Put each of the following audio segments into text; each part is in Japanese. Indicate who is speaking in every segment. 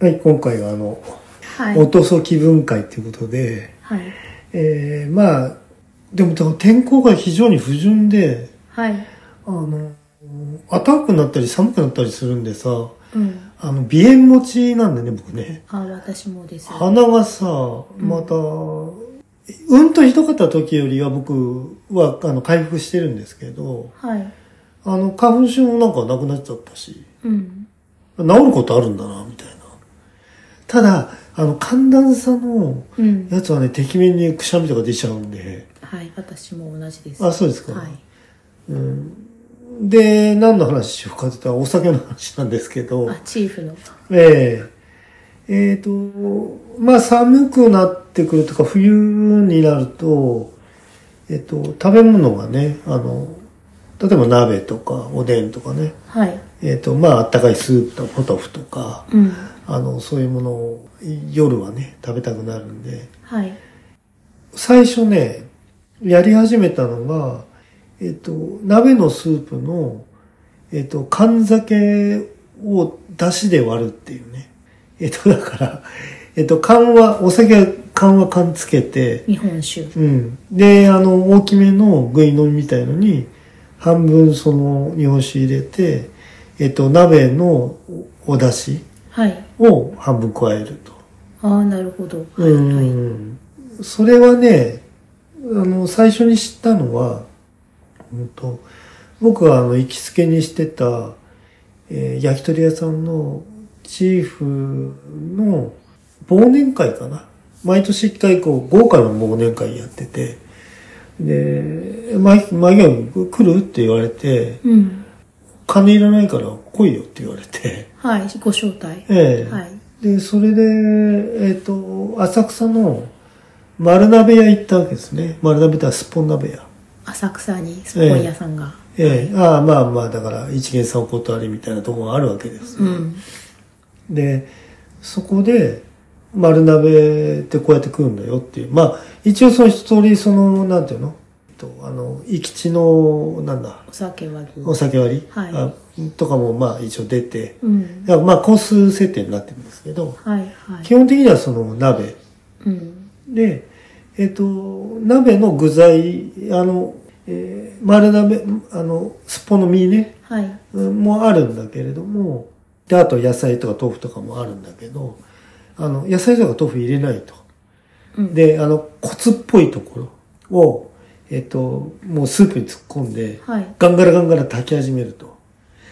Speaker 1: はい、今回はあの、
Speaker 2: はい。
Speaker 1: おとそ気分会ということで、
Speaker 2: はい。
Speaker 1: えー、まあ、でも天候が非常に不順で、
Speaker 2: はい。
Speaker 1: あの、暖かくなったり寒くなったりするんでさ、
Speaker 2: うん。
Speaker 1: あの、鼻炎持ちなんだよね、僕ね。
Speaker 2: あ、私もです。
Speaker 1: 鼻がさ、また、うんとひどかった時よりは僕は、あの、回復してるんですけど、
Speaker 2: はい。
Speaker 1: あの、花粉症もなんかなくなっちゃったし、
Speaker 2: うん。
Speaker 1: 治ることあるんだな、みたいな。ただ、あの、寒暖差の
Speaker 2: うん。
Speaker 1: やつはね、てきめんにくしゃみとか出ちゃうんで、
Speaker 2: はい。私も同じです。
Speaker 1: あ、そうですか。
Speaker 2: はい。
Speaker 1: で、何の話しようかって言ったら、お酒の話なんですけど、
Speaker 2: あ、チーフの。
Speaker 1: えええっ、と、まあ寒くなってくるとか、冬になると、えっ、と、食べ物がね、あの、例えば鍋とかおでんとかね、
Speaker 2: はい。
Speaker 1: えっ、と、まああったかいスープとかポトフとか、
Speaker 2: うん。
Speaker 1: あの、そういうものを夜はね、食べたくなるんで、
Speaker 2: はい。
Speaker 1: 最初ね、やり始めたのが、えっ、と、鍋のスープの、えっ、と、缶酒を出汁で割るっていうね。えっ、と、だから、えっ、と、缶は、お酒は缶は缶つけて、
Speaker 2: 日本酒。
Speaker 1: うん。で、あの、大きめの具飲みみたいのに、半分その日本酒入れて、えっ、と、鍋のお出汁
Speaker 2: はい。
Speaker 1: を半分加えると。
Speaker 2: ああ、なるほど。はい。はい。
Speaker 1: うんそれはね、あの、最初に知ったのは、うんと、僕はあの、行きつけにしてた、えー焼き鳥屋さんのチーフの忘年会かな。毎年一回こう、豪華な忘年会やってて、で、毎、毎回来るって言われて、
Speaker 2: うん。来
Speaker 1: 金いらないから来いよって言われて、
Speaker 2: はい。ご招待。
Speaker 1: ええ
Speaker 2: はい。
Speaker 1: で、それで、えっ、と、浅草の丸鍋屋行ったわけですね。丸鍋ってのはすっぽん鍋屋。
Speaker 2: 浅草にスポン屋さんが。
Speaker 1: ええああ、まあまあ、だから、一元さんお断りみたいなとこがあるわけです、
Speaker 2: うん。
Speaker 1: で、そこで、丸鍋ってこうやって食うんだよっていう。まあ、一応その一通り、その、なんていうのえっと、あの、行き地の、なんだ、
Speaker 2: お酒割り。
Speaker 1: お酒割り、
Speaker 2: はい
Speaker 1: あとかも、まあ、一応出て、
Speaker 2: うん。
Speaker 1: だからまあ、コース設定になってるんですけど、
Speaker 2: はい。はい
Speaker 1: 基。本的にはその鍋、
Speaker 2: うん。
Speaker 1: で、えっ、と、鍋の具材、あの、えー丸鍋、あの、すっぽんの身ね、
Speaker 2: はい。
Speaker 1: うんもあるんだけれども、で、あと野菜とか豆腐とかもあるんだけど、あの、野菜とか豆腐入れないと。
Speaker 2: うん。
Speaker 1: で、あの、コツっぽいところを、えっ、と、もうスープに突っ込んで、
Speaker 2: はい。
Speaker 1: ガンガラガンガラ炊き始めると。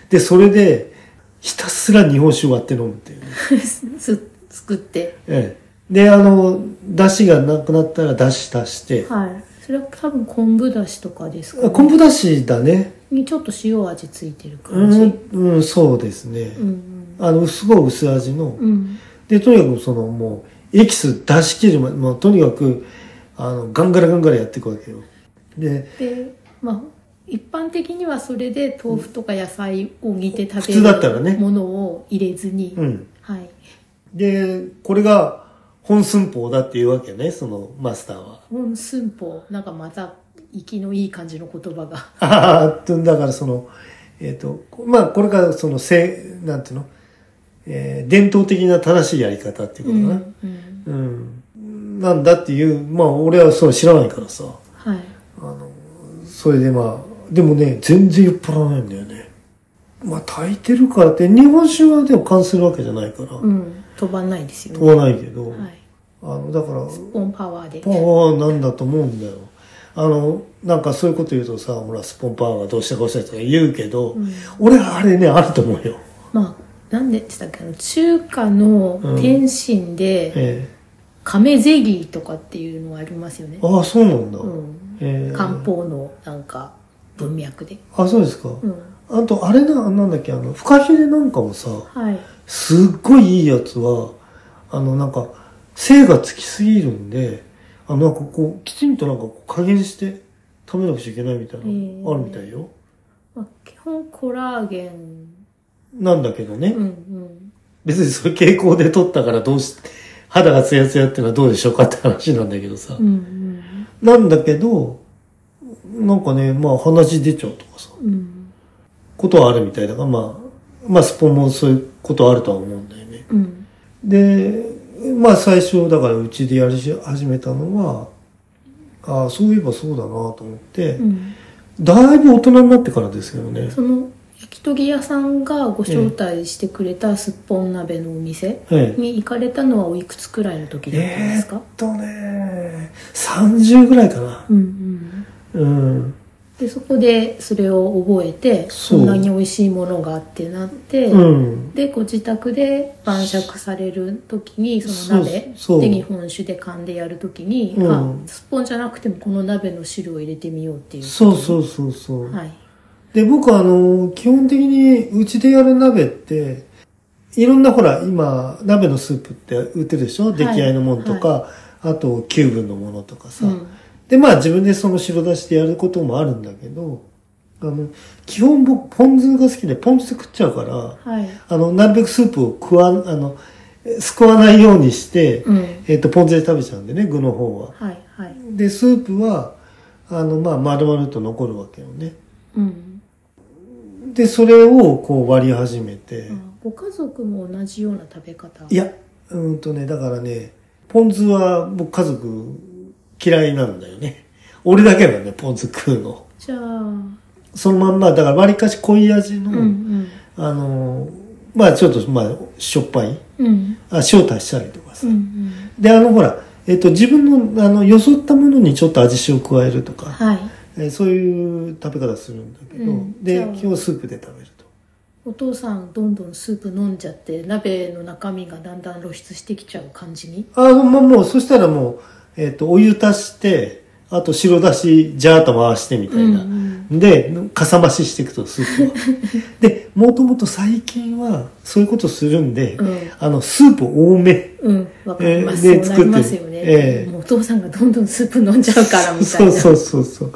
Speaker 1: で、それで、ひたすら日本酒割って飲むっていうね。
Speaker 2: す、す作って。
Speaker 1: ええ。で、あの、出汁がなくなったら出汁足して、
Speaker 2: はい。それは多分昆布だしとかですか、ね、
Speaker 1: 昆布だしだね。
Speaker 2: にちょっと塩味ついてる
Speaker 1: う
Speaker 2: 感じ。
Speaker 1: ん、うん、そうですね。
Speaker 2: うん。
Speaker 1: あの、すごい薄味の。
Speaker 2: うん。
Speaker 1: で、とにかくその、もう、エキス出し切るまで、もうとにかく、あの、ガンガラガンガラやっていくわけよ。で、
Speaker 2: で、まあ、一般的にはそれで豆腐とか野菜を煮て
Speaker 1: 普通だった
Speaker 2: 食
Speaker 1: ら
Speaker 2: べ
Speaker 1: ね
Speaker 2: るものを入れずに。
Speaker 1: うん。
Speaker 2: はい。
Speaker 1: で、これが、本寸法だっていうわけね、その、マスターは。
Speaker 2: 本寸法、なんかまた、息のいい感じの言葉が。
Speaker 1: ああ、とだからその、えっ、と、まあ、これがその、せ、なんていうの、えー伝統的な正しいやり方っていうことかな。
Speaker 2: うんうん
Speaker 1: うん、なんだっていう、まあ俺はそう知らないからさ。
Speaker 2: はい。
Speaker 1: それでまあ、でもね、全然酔っ払わないんだよね。まあ炊いてるからって、日本酒はでも関するわけじゃないから、
Speaker 2: うん。飛ばないですよね。
Speaker 1: 問わないけど、
Speaker 2: はい。
Speaker 1: あの、だから、
Speaker 2: オンパワーで
Speaker 1: パ。ワーなんだと思うんだよ。あの、なんかそういうこと言うとさ、ほら、スポンパワーがどうしたこうしたとか言うけど、
Speaker 2: うん
Speaker 1: 俺はあれね、あると思うよ。
Speaker 2: まあ、なんでって言ったっけあの中華の天津で、
Speaker 1: え
Speaker 2: 亀ゼリーとかっていうのがありますよね
Speaker 1: え。ああ、そうなんだ。
Speaker 2: うん。
Speaker 1: ええ
Speaker 2: 漢方のなんか文脈で。
Speaker 1: あ、そうですか。
Speaker 2: うん。
Speaker 1: あと、あれな、なんだっけ、あの、フカヒレなんかもさ、
Speaker 2: はい。
Speaker 1: すっごいいいやつは、あの、なんか、精がつきすぎるんで、あの、なんかこう、きちんとなんかこう加減して食べなくちゃいけないみたいな、
Speaker 2: へー
Speaker 1: あるみたいよ。
Speaker 2: まあ、基本コラーゲン。
Speaker 1: なんだけどね、
Speaker 2: うんうん。
Speaker 1: 別にそれ傾向で取ったからどうし、肌がツヤツヤってのはどうでしょうかって話なんだけどさ。
Speaker 2: うん
Speaker 1: なんだけど、なんかね、まあ話出ちゃうとかさ、
Speaker 2: うん。うん。
Speaker 1: ことはあるみたいだから、まあ、まあスポンもそういうことはあるとは思うんだよね。
Speaker 2: うん。
Speaker 1: で、まあ最初、だからうちでやり始めたのは、ああ、そういえばそうだなと思って、
Speaker 2: うん
Speaker 1: だいぶ大人になってからですけどね。
Speaker 2: その焼き鳥屋さんがご招待してくれたすっぽん鍋のお店
Speaker 1: ええ。
Speaker 2: に行かれたのはおいくつくらいの時だったん
Speaker 1: え
Speaker 2: です
Speaker 1: ー
Speaker 2: か
Speaker 1: っ、とね、30ぐらいかな。
Speaker 2: うんうん、
Speaker 1: うん。
Speaker 2: でそこでそれを覚えて
Speaker 1: そ
Speaker 2: そうそんなに美味しいものがあってなって、
Speaker 1: うん。
Speaker 2: でご自宅で晩酌される時にその鍋
Speaker 1: そうそう
Speaker 2: で日本酒で噛んでやる時に、
Speaker 1: うん
Speaker 2: あスッポンじゃなくてもこの鍋の汁を入れてみようっていう
Speaker 1: そうそうそうそう。
Speaker 2: はい
Speaker 1: で、僕はあの、基本的にうちでやる鍋って、いろんなほら、今、鍋のスープって売ってるでしょ、
Speaker 2: い
Speaker 1: 出来合いのものとか、あと、キューブのものとかさ。
Speaker 2: うん
Speaker 1: で、まあ自分でその白だしでやることもあるんだけど、あの、基本僕、ポン酢が好きで、ポン酢で食っちゃうから、
Speaker 2: はい
Speaker 1: あの、なるべくスープを食わん、あの、えすくわないようにして、
Speaker 2: うん
Speaker 1: えっ、と、ポン酢で食べちゃうんでね、具の方は。
Speaker 2: はいはい
Speaker 1: で、スープは、あの、まあ、丸々と残るわけよね。
Speaker 2: うん
Speaker 1: で、それをこう割り始めて、
Speaker 2: あご家族も同じような食べ方
Speaker 1: いや、うーんとね、だからね、ポン酢は僕家族嫌いなんだよね。俺だけなんだよ、ポン酢食うの。
Speaker 2: じゃあうん
Speaker 1: そのまんま、だから割かし濃い味の、
Speaker 2: うん
Speaker 1: あのー、まあちょっと、まあ、しょっぱい、
Speaker 2: うん
Speaker 1: あ塩足したりとか
Speaker 2: う
Speaker 1: さ。
Speaker 2: んうん
Speaker 1: で、あの、ほら、えっと、自分の、あの、よそったものにちょっと味塩加えるとか、
Speaker 2: はい
Speaker 1: えーそういう食べ方するんだけど、
Speaker 2: うんじ
Speaker 1: で
Speaker 2: ゃあ、
Speaker 1: 今日スープで食べると。
Speaker 2: お父さんどんどんスープ飲んじゃって鍋の中身がだんだん露出してきちゃう感じに
Speaker 1: あもう、もう、そしたらもう、えっ、と、お湯足して、あと白だし、ジャーッと回してみたいな。
Speaker 2: うん
Speaker 1: で、かさ増ししていくと、スープ は。で、もともと最近は、そういうことするんで、
Speaker 2: うん
Speaker 1: あの、スープ多め。
Speaker 2: うん、わかります。
Speaker 1: えーで
Speaker 2: そうなりますよ
Speaker 1: 作って
Speaker 2: ね。
Speaker 1: ええ
Speaker 2: もうお父さんがどんどんスープ飲んじゃうからみたいな。
Speaker 1: そうそうそうそ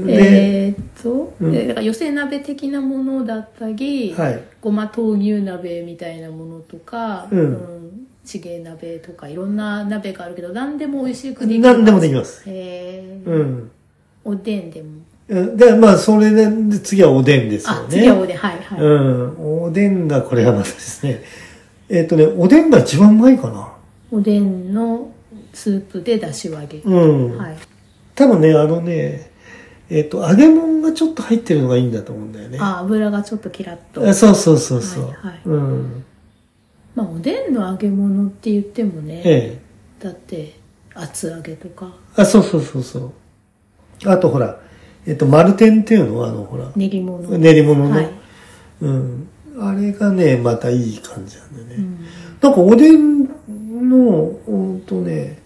Speaker 1: う。で、
Speaker 2: えーっと、
Speaker 1: うん
Speaker 2: でだから寄せ鍋的なものだったり、
Speaker 1: はい。
Speaker 2: ごま豆乳鍋みたいなものとか、
Speaker 1: うん
Speaker 2: んチゲ鍋とかいろんな鍋があるけど、何でも美味しくできます。
Speaker 1: 何でもできます。
Speaker 2: えー
Speaker 1: うん。
Speaker 2: おでんでも。
Speaker 1: うんで、まあ、それで、で次はおでんですよね。
Speaker 2: あ、次はおでん、はいはい。
Speaker 1: うん。おでんが、これがまたですね。えっ、とね、おでんが一番うまいかな。
Speaker 2: おでんのスープでだしを揚げ。
Speaker 1: うん。
Speaker 2: はい。
Speaker 1: 多分ね、あのね、えっ、と、揚げ物がちょっと入ってるのがいいんだと思うんだよね。
Speaker 2: あ、油がちょっとキラッと。
Speaker 1: あそうそうそうそう。
Speaker 2: はいはい
Speaker 1: うん。
Speaker 2: まあ、おでんの揚げ物って言ってもね、
Speaker 1: ええ。
Speaker 2: だって厚揚げとか
Speaker 1: あ、そうそうそうそう。あとほら、えっ、と、丸天っていうのは、あの、ほら、
Speaker 2: 練り物、
Speaker 1: 練り物の、
Speaker 2: はい、
Speaker 1: うん。あれがね、またいい感じなんだよね。
Speaker 2: うん、
Speaker 1: なんかおでんの、ほんとね、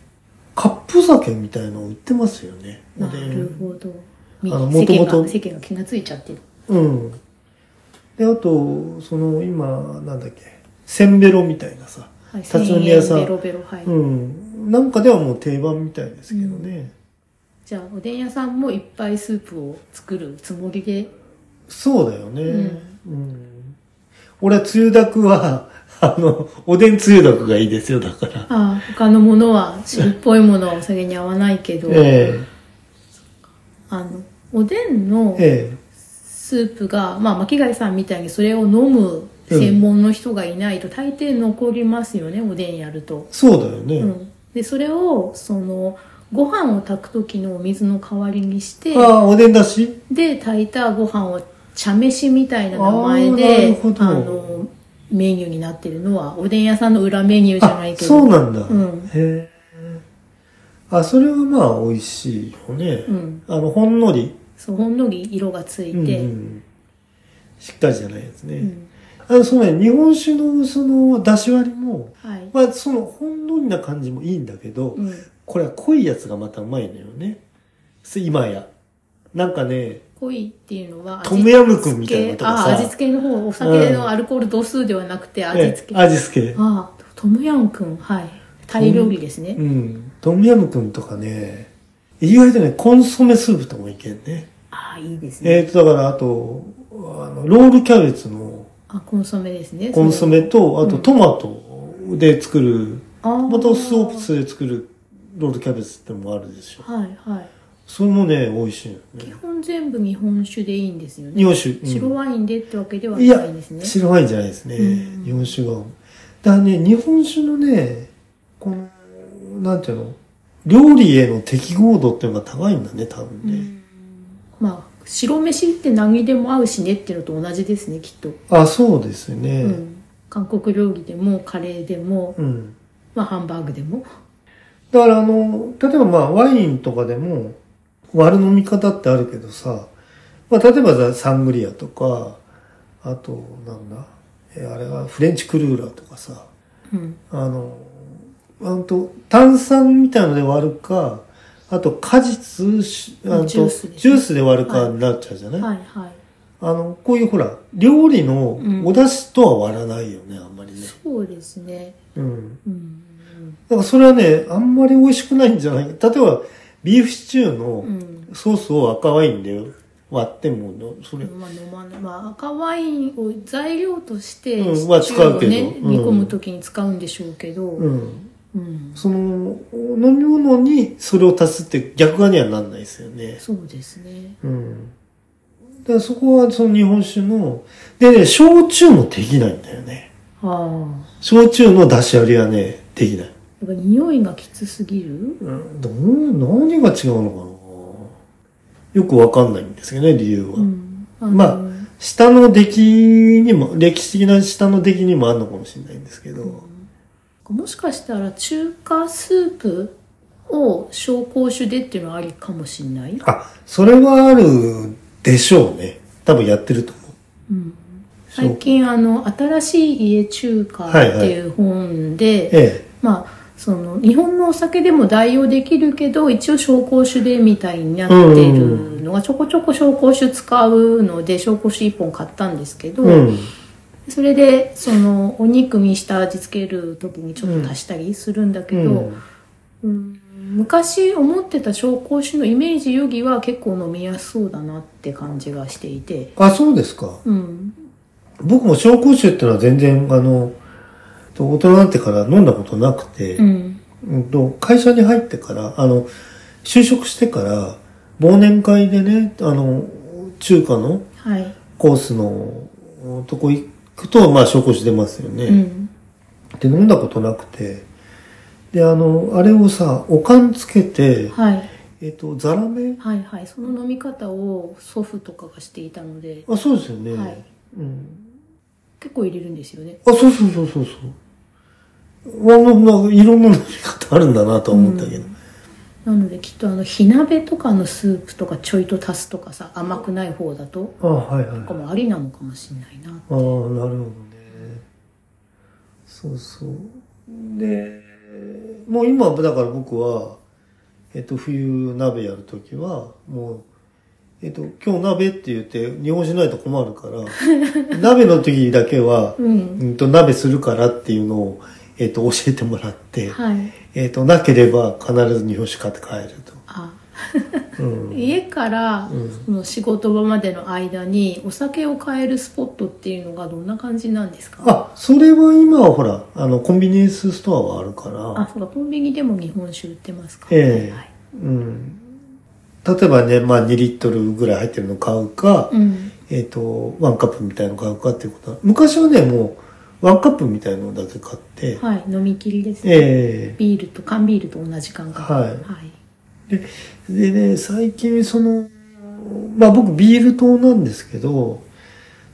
Speaker 1: カップ酒みたいの売ってますよね。お
Speaker 2: な
Speaker 1: で
Speaker 2: る
Speaker 1: ん。
Speaker 2: ほど
Speaker 1: あの
Speaker 2: 世間
Speaker 1: 元々
Speaker 2: が世間が気がついちゃってる
Speaker 1: うん。で、あと、その、今、なんだっけ、せんべろみたいなさ。
Speaker 2: はい
Speaker 1: 立ち飲み屋さん
Speaker 2: 千円ベロベロはい、
Speaker 1: うん。なんかではもう定番みたいですけどね。
Speaker 2: じゃあおでん屋さんもいっぱいスープを作るつもりで
Speaker 1: そうだよね。
Speaker 2: う
Speaker 1: うん俺はつゆだくは、あの、おでんつゆだくがいいですよ、だから。
Speaker 2: ああ他のものは汁っぽいものはお酒に合わないけど、
Speaker 1: え
Speaker 2: あのおでんの
Speaker 1: ええ
Speaker 2: スープが、まあ、巻貝さんみたいにそれを飲む専門の人がいないと大抵残りますよね、おでんやると
Speaker 1: えそうだよね。
Speaker 2: うん、でそれをそのご飯を炊く時のお水の代わりにして
Speaker 1: ああ、おでんだし
Speaker 2: で炊いたご飯を茶飯みたいな名前
Speaker 1: あーなる
Speaker 2: で
Speaker 1: ほど
Speaker 2: のメニューになってるのはおでん屋さんの裏メニューじゃな
Speaker 1: あ
Speaker 2: い、けど
Speaker 1: そうなんだ。
Speaker 2: うん
Speaker 1: へえ。あ、それはまあ、美味しいよね。
Speaker 2: うん
Speaker 1: あの、ほんのり。
Speaker 2: そうほんのり色がついて、
Speaker 1: うんうんしっかりじゃないやつね。
Speaker 2: うん
Speaker 1: あの、そのね、日本酒のその、だし割りも、
Speaker 2: はい、
Speaker 1: まあ、その、ほんのりな感じもいいんだけど、
Speaker 2: うん、
Speaker 1: これは濃いやつがまたうまいのよね。す今や。なんかね、
Speaker 2: 濃いっていうのは
Speaker 1: トムヤムクンみたいなとかさ
Speaker 2: あー味付けの方お酒のアルコール度数ではなくて味付け、
Speaker 1: ええ味付け。
Speaker 2: ああトムヤムクンはいタイ料理ですね、
Speaker 1: うん。トムヤムクンとかね、意外とね、コンソメスープとかもいけんね。
Speaker 2: ああいいですね
Speaker 1: えっ、と、だからあと、あの、ロールキャベツの
Speaker 2: あコンソメですね
Speaker 1: コンソメと、あとトマトで作る、
Speaker 2: ま
Speaker 1: またスープで作るロールキャベツってのもあるでしょ。
Speaker 2: はいはい
Speaker 1: それもね、美味しいよ
Speaker 2: 基
Speaker 1: ね。
Speaker 2: 本全部日本酒でいいんですよね
Speaker 1: 日本酒。うん
Speaker 2: 白ワインでってわけではい
Speaker 1: や
Speaker 2: ないんですね、
Speaker 1: 白ワインじゃないですね。
Speaker 2: うん
Speaker 1: 日本酒が。だからね、日本酒のね、この、なんていうの、料理への適合度っていうのが高いんだね、多分
Speaker 2: う
Speaker 1: ね。
Speaker 2: んまあ白飯って何でも合うしねっていうのと同じですねきっと、
Speaker 1: あ、そうですね。
Speaker 2: うん、韓国料理でもカレーでも、
Speaker 1: うん
Speaker 2: まあ、ハンバーグでも
Speaker 1: だからあの、例えばまあワインとかでも割る飲み方ってあるけどさ、まあ例えばさサングリアとか、あとなんだ、えあれはフレンチクルーラーとかさ、
Speaker 2: うん
Speaker 1: あの、あんと炭酸みたいので割るか、あと果実し、あと
Speaker 2: ジュースで
Speaker 1: ジュースで割るかになっちゃうじゃない、
Speaker 2: はいはい
Speaker 1: あの、こういうほら、料理のお出汁とは割らないよね、あんまりね。
Speaker 2: そうですね
Speaker 1: うん。
Speaker 2: うん
Speaker 1: だからそれはね、あんまり美味しくないんじゃない例えば、ビーフシチュー
Speaker 2: う
Speaker 1: の
Speaker 2: ん
Speaker 1: ソースを赤ワインで割っても、それ、
Speaker 2: まあ飲まない、まあ、赤ワインを材料として
Speaker 1: うん
Speaker 2: シチュ
Speaker 1: まあ使
Speaker 2: ー
Speaker 1: う
Speaker 2: を
Speaker 1: けど
Speaker 2: ね、
Speaker 1: うん
Speaker 2: 煮込む時に使うんでしょうけど、うん
Speaker 1: うん。その、飲み物にそれを足すって逆側にはなんないですよね。
Speaker 2: そうですね
Speaker 1: うん。だからそこはその日本酒の、でね、焼酎もできないんだよね。
Speaker 2: ああ
Speaker 1: 焼酎の出し割りはね、できない。
Speaker 2: やっぱ匂いがきつすぎる
Speaker 1: うん、どう、何が違うのかなよくわかんないんですけどね、理由は。
Speaker 2: うんあの
Speaker 1: まあ下の出来にも、歴史的な下の出来にもあるのかもしれないんですけど、
Speaker 2: もしかしたら中華スープを紹興酒でっていうのはありかもしれない、
Speaker 1: あ、それはあるでしょうね。多分やってると思
Speaker 2: うん、
Speaker 1: そう
Speaker 2: 最近あの「新しい家中華」っていう本で、
Speaker 1: う。え
Speaker 2: まあその日本のお酒でも代用できるけど一応紹興酒でみたいになっているのがちょこちょこ紹興酒使うので紹興酒1本買ったんですけ
Speaker 1: え。
Speaker 2: ど、
Speaker 1: うん。
Speaker 2: それでそのお肉に下味つける時にちょっと足したりするんだ
Speaker 1: う
Speaker 2: けど、
Speaker 1: ん。
Speaker 2: うん昔思ってた紹興酒のイメージよりは結構飲みやすそうだなって感じがしていて、
Speaker 1: あ、そうですか。
Speaker 2: うん、
Speaker 1: 僕も紹興酒っていうのは全然、あの、大人になってから飲んだことなくて、
Speaker 2: うん、
Speaker 1: うんと、会社に入ってから、あの、就職してから、忘年会でね、あの、中華の
Speaker 2: はい、
Speaker 1: コースのとこ行くと、まあ、紹興酒出ますよね。
Speaker 2: うん、
Speaker 1: で飲んだことなくてであのあれをさおかんつけて
Speaker 2: はい、
Speaker 1: えっ、とザラメ
Speaker 2: はい、はい、その飲み方を祖父とかがしていたので、
Speaker 1: あそうですよね、
Speaker 2: はい
Speaker 1: うん、
Speaker 2: 結構入れるんですよね。
Speaker 1: あそうそうそうそうそうあのなんかいろんな飲み方あるんだなとは思ったけど、
Speaker 2: なのできっとあの火鍋とかのスープとかちょいと足すとかさ甘くない方だと
Speaker 1: あはいはいあ
Speaker 2: とかもありなのかもしれないな。
Speaker 1: あなるほどねそうそうでもう今だから僕はえっと冬鍋やるときはもうえっと、今日鍋って言って、日本酒ないと困るから、 鍋の時だけは、
Speaker 2: うん、
Speaker 1: うんと鍋するからっていうのを、えっと教えてもらって、
Speaker 2: はい。
Speaker 1: えっとなければ必ず日本酒買って帰る
Speaker 2: あ
Speaker 1: と、うん、
Speaker 2: 家から
Speaker 1: うん
Speaker 2: その仕事場までの間にお酒を買えるスポットっていうのがどんな感じなんですか
Speaker 1: あそれは今はほらあのコンビニエンスストアはあるから
Speaker 2: あそうかコンビニでも日本酒売ってますか
Speaker 1: ええ
Speaker 2: はいはい
Speaker 1: うん、例えばね、まあ、2リットルぐらい入ってるの買うか、
Speaker 2: うん
Speaker 1: えっとワンカップみたいの買うかっていうことは昔はねもうワンカップみたいのだけ買って、
Speaker 2: はい飲み切りですね、
Speaker 1: え
Speaker 2: ビールと缶ビールと同じ感覚
Speaker 1: はい
Speaker 2: はい
Speaker 1: えでね最近そのまあ僕ビール党なんですけど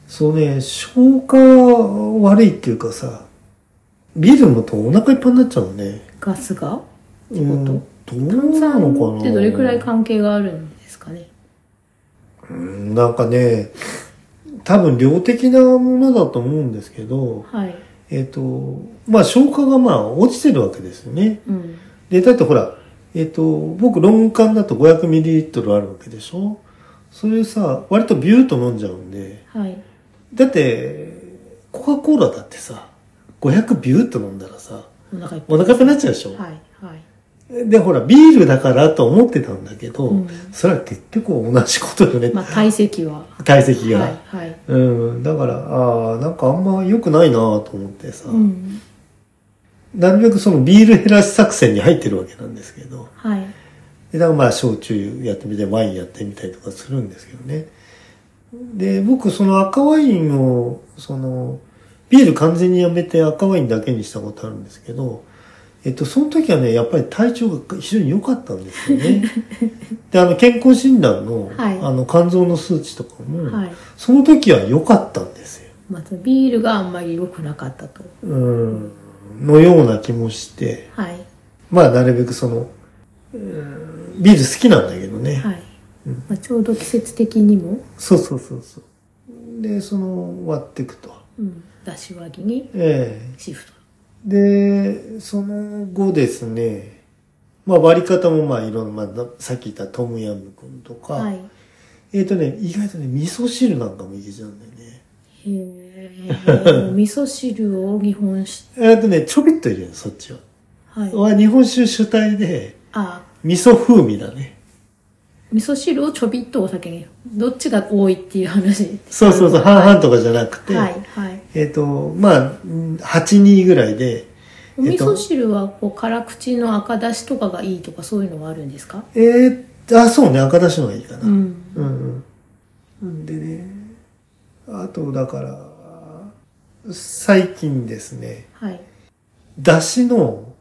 Speaker 1: そうね消化悪いっていうかさビール飲むとお腹いっぱいになっちゃうのね
Speaker 2: ガスが
Speaker 1: う
Speaker 2: と
Speaker 1: んどう
Speaker 2: 炭
Speaker 1: なのか
Speaker 2: 酸
Speaker 1: な
Speaker 2: ってどれくらい関係があるんですかね
Speaker 1: うんなんかね、多分量的なものだと思うんですけど、
Speaker 2: はい
Speaker 1: えっ、と、まあ消化がまあ落ちてるわけですよね。
Speaker 2: うん
Speaker 1: で、だってほら、えっ、と、僕論管だと 500ml あるわけでしょそれさ、割とビューッと飲んじゃうんで、
Speaker 2: はい
Speaker 1: だって、コカ・コーラだってさ、500ビューッと飲んだらさ、
Speaker 2: お腹いっぱ
Speaker 1: お
Speaker 2: い
Speaker 1: 腹いっぱいになっちゃうでしょ、
Speaker 2: はいはい
Speaker 1: で、ほら、ビールだからと思ってたんだけど、
Speaker 2: うん
Speaker 1: それは結局同じことよね、
Speaker 2: まあ体積は
Speaker 1: 体積が。
Speaker 2: はいはい
Speaker 1: うん、だから、ああ、なんかあんま良くないなと思ってさ、
Speaker 2: うん
Speaker 1: なるべくそのビール減らし作戦に入ってるわけなんですけど、
Speaker 2: はい
Speaker 1: で、だからまあ、焼酎やってみて、ワインやってみたりとかするんですけどね。で、僕、その赤ワインを、その、ビール完全にやめて赤ワインだけにしたことあるんですけど、えっと、その時はね、やっぱり体調が非常に良かったんですよ ね。で、あの、健康診断の、
Speaker 2: はい
Speaker 1: あの、肝臓の数値とかも、
Speaker 2: はい
Speaker 1: その時は良かったんですよ。
Speaker 2: まずビールがあんまり良くなかったと。
Speaker 1: うん、のような気もして、
Speaker 2: はい。
Speaker 1: まあ、なるべくその、うんビール好きなんだけどね。
Speaker 2: はい。まあ、ちょうど季節的にも、
Speaker 1: そうそうそうそう。で、その、割っていくと。
Speaker 2: うん、出し割りに
Speaker 1: ええ
Speaker 2: シフト。
Speaker 1: で、その後ですね、まあ割り方もまあいろんな、まあさっき言ったトムヤム君とか、
Speaker 2: はい。へ
Speaker 1: えっ、とね、意外とね、味噌汁なんかもいけちゃうんだよね。
Speaker 2: え。味噌汁を日本酒。
Speaker 1: えっ、とね、ちょびっと入れるそっちは。
Speaker 2: はい。
Speaker 1: は日本酒主体で、
Speaker 2: あ、
Speaker 1: 味噌風味だね。
Speaker 2: 味噌汁をちょびっとお酒に。どっちが多いっていう話。
Speaker 1: そうそうそう、半々とかじゃなくて、
Speaker 2: はい、はい。
Speaker 1: えっ、と、まあ、うん8、2ぐらいで、
Speaker 2: お
Speaker 1: え
Speaker 2: 味
Speaker 1: っと
Speaker 2: 噌汁は、こう、辛口の赤だしとかがいいとか、そういうのはあるんですか
Speaker 1: えー、あ、そうね、赤だしの方がいいかな。
Speaker 2: うん。
Speaker 1: うんうん。でね、あとだから、最近ですね、
Speaker 2: はい。
Speaker 1: だしの、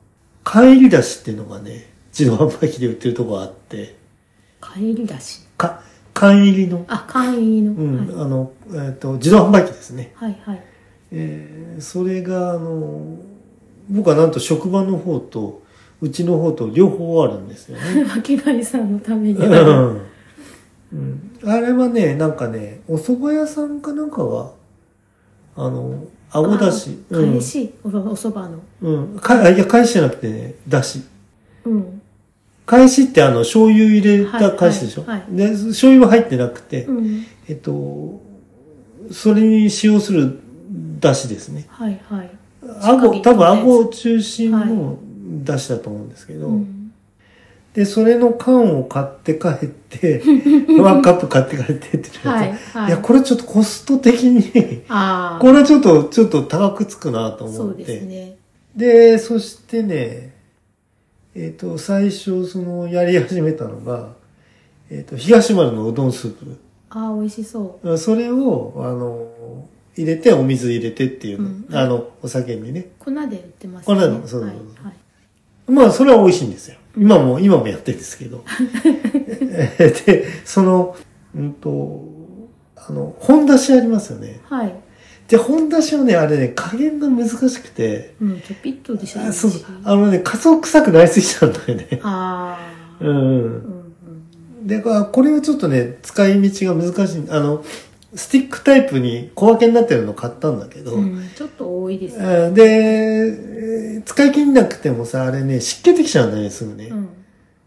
Speaker 1: 帰りだしっていうのがね、自動販売機で売ってるとこあって、
Speaker 2: 帰りだし。
Speaker 1: か、缶入りの、
Speaker 2: あ、簡易の。
Speaker 1: うん、
Speaker 2: はい、
Speaker 1: あの、えっ、と、自動販売機ですね。
Speaker 2: はい、はい。
Speaker 1: えーそれが、あの、僕はなんと職場の方と、うちの方と両方あるんですよね。
Speaker 2: 巻貝さんの ために。
Speaker 1: うんうんあれはね、なんかね、お蕎麦屋さんかなんかが、あの、あごだし、
Speaker 2: あ
Speaker 1: うん
Speaker 2: 返。し、おろおそばの。
Speaker 1: うん。かあいや、返しじゃなくてね、だし。
Speaker 2: うん。
Speaker 1: 返しってあの、醤油入れた返しでしょ、
Speaker 2: はいはいは
Speaker 1: で、醤油は入ってなくて、
Speaker 2: うん。
Speaker 1: えっと、それに使用するだしですね。
Speaker 2: はい、はい。
Speaker 1: あご、
Speaker 2: しっ
Speaker 1: 多
Speaker 2: かり
Speaker 1: 分
Speaker 2: と
Speaker 1: あ
Speaker 2: ね
Speaker 1: ごを中心のだしだと思うんですけど、
Speaker 2: うん
Speaker 1: で、それの缶を買って帰っ て、ワンカップ買って帰ってってな
Speaker 2: は
Speaker 1: る
Speaker 2: い、
Speaker 1: と
Speaker 2: はい
Speaker 1: いや、。これちょっとコスト的に、
Speaker 2: ああ。
Speaker 1: これちょっと、ちょっと高くつくなと
Speaker 2: そ
Speaker 1: 思っ
Speaker 2: う
Speaker 1: て。
Speaker 2: ですね。
Speaker 1: で、そしてね、えっ、と、最初、その、やり始めたのが、えっ、と、東丸のうどんスー
Speaker 2: ああ、美味しそ
Speaker 1: プ。それを、あの、入れて、お水入れてっていうの、
Speaker 2: うん
Speaker 1: あの、お酒にね。
Speaker 2: う。粉で売ってます
Speaker 1: 粉でもそうそう
Speaker 2: は
Speaker 1: そ、
Speaker 2: いうはい。
Speaker 1: まあ、それは美味しいんですよ。今も、今もやってるんです けど。えーで、その、うんと、あの、本出しありますよね。
Speaker 2: はい。
Speaker 1: で、本出しはね、あれね、加減が難しくて、
Speaker 2: うん、ちょぴっとでしょ。
Speaker 1: あそう
Speaker 2: 美味しい、
Speaker 1: あのね、仮想臭くなりすぎちゃうんだよね。
Speaker 2: あ
Speaker 1: う
Speaker 2: あ。
Speaker 1: ん。
Speaker 2: うんうん。
Speaker 1: で、あこれはちょっとね、使い道が難しい。あの、スティックタイプに小分けになってるの買ったんだけど、
Speaker 2: うんちょっと多いですね。
Speaker 1: あで、えー使い切んなくてもさ、あれね、湿気てきちゃうんだよね、すぐね。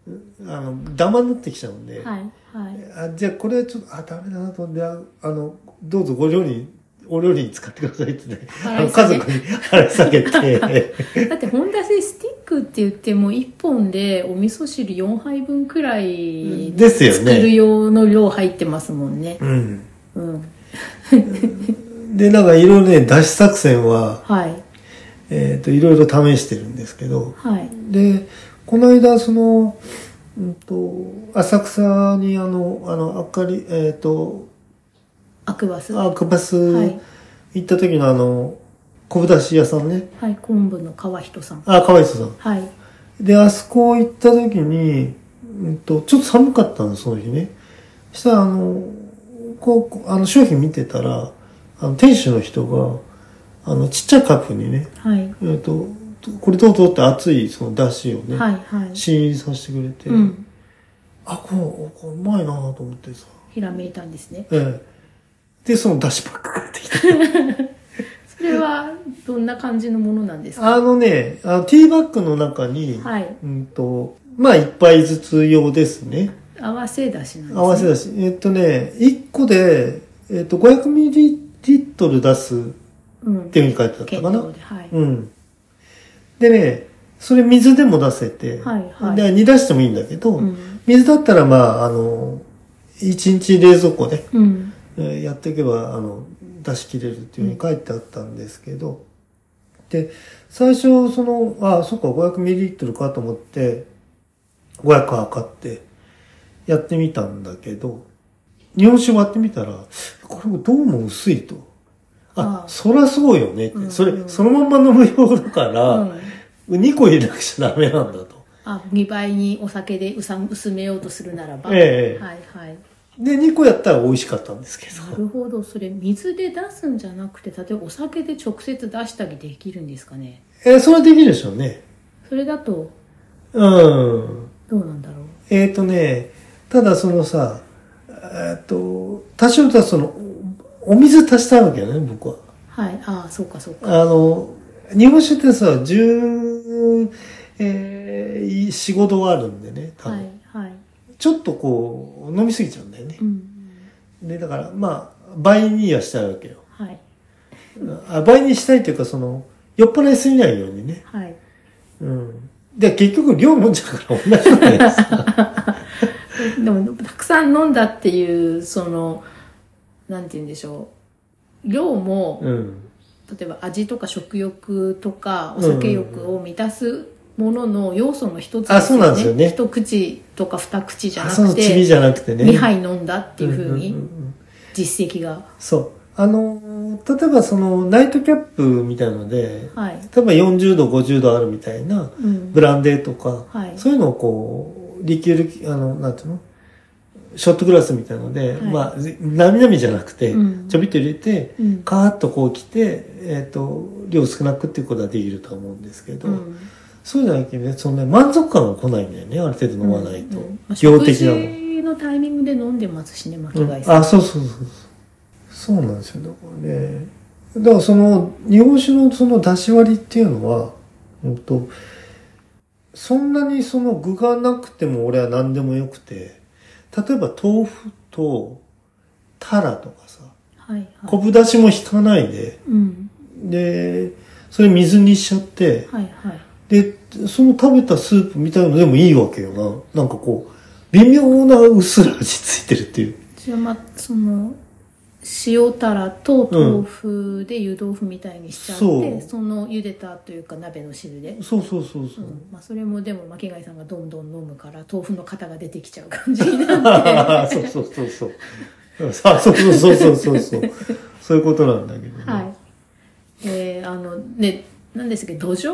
Speaker 2: うん。
Speaker 1: あの、ダマになってきちゃうんで。
Speaker 2: はい、はい。
Speaker 1: あじゃあ、これはちょっと、あ、ダメだなと思って、ああの、どうぞご料理に、お料理に使ってくださいってね、あ
Speaker 2: 払
Speaker 1: の家
Speaker 2: い下げ
Speaker 1: 族に 払い下げて。
Speaker 2: だって、本田製スティックって言っても、1本でお味噌汁4杯分くらい、
Speaker 1: ですよね
Speaker 2: 作る用の量入ってますもんね。
Speaker 1: うん。
Speaker 2: うん。
Speaker 1: で、なんかいろいろね、脱出作戦は、
Speaker 2: はい。
Speaker 1: えっ、と、いろいろ試してるんですけど、
Speaker 2: はい。
Speaker 1: で、この間、その、うんと、浅草にあの、あの、あかり、えっ、と、
Speaker 2: アクバス。
Speaker 1: ア
Speaker 2: は
Speaker 1: クバス
Speaker 2: はい
Speaker 1: 行った時のあの、昆布だし屋さんね。
Speaker 2: い、昆布の川人さん。
Speaker 1: あ、かわいそうさん。
Speaker 2: はい。
Speaker 1: で、あそこ行った時に、うんと、ちょっと寒かったの、その日ね。そしたら、あの、こうこう、あの、商品見てたら、あの、店主の人が、あの、ちっちゃいカップにね、
Speaker 2: はい。
Speaker 1: えっ、と、これどうぞって熱いその出汁をね、
Speaker 2: はい、はい。
Speaker 1: 試飲させてくれて、
Speaker 2: うん。
Speaker 1: あ、こう、こううまいなと思ってさ。
Speaker 2: ひらめいたんですね。
Speaker 1: ええ。で、その出汁パック買ってきた。
Speaker 2: それは、どんな感じのものなんですか
Speaker 1: あのね、あのティーバッグの中に、
Speaker 2: はい。
Speaker 1: うんと、まあ、一杯ずつ用ですね。
Speaker 2: 合わせだしなんです、ね。
Speaker 1: 合わせだし。えっとね、1個で、えっと、500ミリリットル出すっ
Speaker 2: うん。
Speaker 1: ていうふうに書いてあったかな。
Speaker 2: 検討で。はい。
Speaker 1: うん。でね、それ水でも出せて、
Speaker 2: はいはい
Speaker 1: で煮出してもいいんだけど、
Speaker 2: うん。
Speaker 1: 水だったらまあ、あの、1日冷蔵庫で、
Speaker 2: うん。
Speaker 1: えーやっていけば、あの、出し切れるっていうふうに書いてあったんですけど、で、最初、その、あ、そっか、500ミリリットルかと思って、500測って、やってみたんだけど、日本酒割ってみたら、これどうも薄いと。あ
Speaker 2: あ、あ
Speaker 1: そらそうよねって、
Speaker 2: うん
Speaker 1: それ、そのまんま飲む用だか
Speaker 2: う
Speaker 1: ら、
Speaker 2: ん
Speaker 1: 2個入れなくちゃダメなんだと。
Speaker 2: あ2倍にお酒でうさ薄めようとするならば、
Speaker 1: ええ
Speaker 2: はいはい
Speaker 1: で、2個やったら美味しかったんですけど。
Speaker 2: なるほどそれ水で出すんじゃなくて例えばお酒で直接出したりできるんですかね
Speaker 1: えーそれはできるでしょうね。
Speaker 2: それだと
Speaker 1: うん。
Speaker 2: どうなんだろう
Speaker 1: えっ、とね、ただそのさ、えっと、多少たその、おお水足したわけよね、僕は。
Speaker 2: はいああそうかそうか
Speaker 1: あの、日本酒ってさ、十、えー、仕事はあるんでね、多
Speaker 2: は
Speaker 1: 分、
Speaker 2: いはい
Speaker 1: ちょっとこう、飲みすぎちゃうんだよね
Speaker 2: う。んうん
Speaker 1: で、だから、まあ、倍にはしたいわけよ。
Speaker 2: はい
Speaker 1: あ倍にしたいというか、その、酔っ払いすぎないようにね。
Speaker 2: はい
Speaker 1: うん。で、結局、量飲んじゃうから同じじゃない ですか。
Speaker 2: でもたくさん飲んだっていうそのなんて言うんでしょう量も、
Speaker 1: うん。
Speaker 2: 例えば味とか食欲とかお酒欲を満たすものの要素の一つ
Speaker 1: あそうなんですよね
Speaker 2: 一口とか二口じゃ
Speaker 1: あ
Speaker 2: な
Speaker 1: その
Speaker 2: く
Speaker 1: チビ
Speaker 2: て
Speaker 1: じゃなくてね。
Speaker 2: 2杯飲んだっていうふう
Speaker 1: うんうん
Speaker 2: に
Speaker 1: うんうん
Speaker 2: 実績が、
Speaker 1: そう。あの、例えばその、ナイトキャップみたいので、
Speaker 2: はい、
Speaker 1: 例えば40度、50度あるみたいな、
Speaker 2: うん
Speaker 1: ブランデーとか、
Speaker 2: はい
Speaker 1: そういうのをこう、リキュール、あの、なんていうのショットグラスみたいので、
Speaker 2: はい
Speaker 1: まあ、なみなみじゃなくて、
Speaker 2: うん
Speaker 1: ちょびっと入れて、
Speaker 2: うん
Speaker 1: カーッとこう来て、えっ、と、量少なくっていうことはできるとは思うんですけど、
Speaker 2: うん
Speaker 1: そうじゃないけどね、そのね、満足感が来ないんだよね、ある程度飲まないと。
Speaker 2: うんうんまあ
Speaker 1: 量
Speaker 2: 食
Speaker 1: 的なもん。
Speaker 2: 事のタイミングで飲んでますしね巻貝さん、
Speaker 1: あ、そうそうそうそう。そうなんですよ、だからね。だからその、日本酒のその出し割りっていうのは、うんと、そんなにその具がなくても俺は何でもよくて、例えば豆腐と、タラとかさ、
Speaker 2: はいは
Speaker 1: 昆
Speaker 2: い
Speaker 1: 布だしも引かないで、
Speaker 2: うん
Speaker 1: で、それ水にしちゃって、
Speaker 2: はいはい
Speaker 1: で、その食べたスープみたいなのでもいいわけよな。なんかこう、微妙な薄ら味ついてるっていう。
Speaker 2: じゃあまあその塩たらと豆腐で湯豆腐みたいにしちゃって、
Speaker 1: そう
Speaker 2: その茹でたというか鍋の汁で
Speaker 1: そうそうそうそう。
Speaker 2: うんまあ、それもでも巻貝さんがどんどん飲むから豆腐の型が出てきちゃう感じに なって
Speaker 1: そうそうそうそう。あそうそうそうそうそうそう。そういうことなんだけど、ね。
Speaker 2: はいえーあのね何ですけど土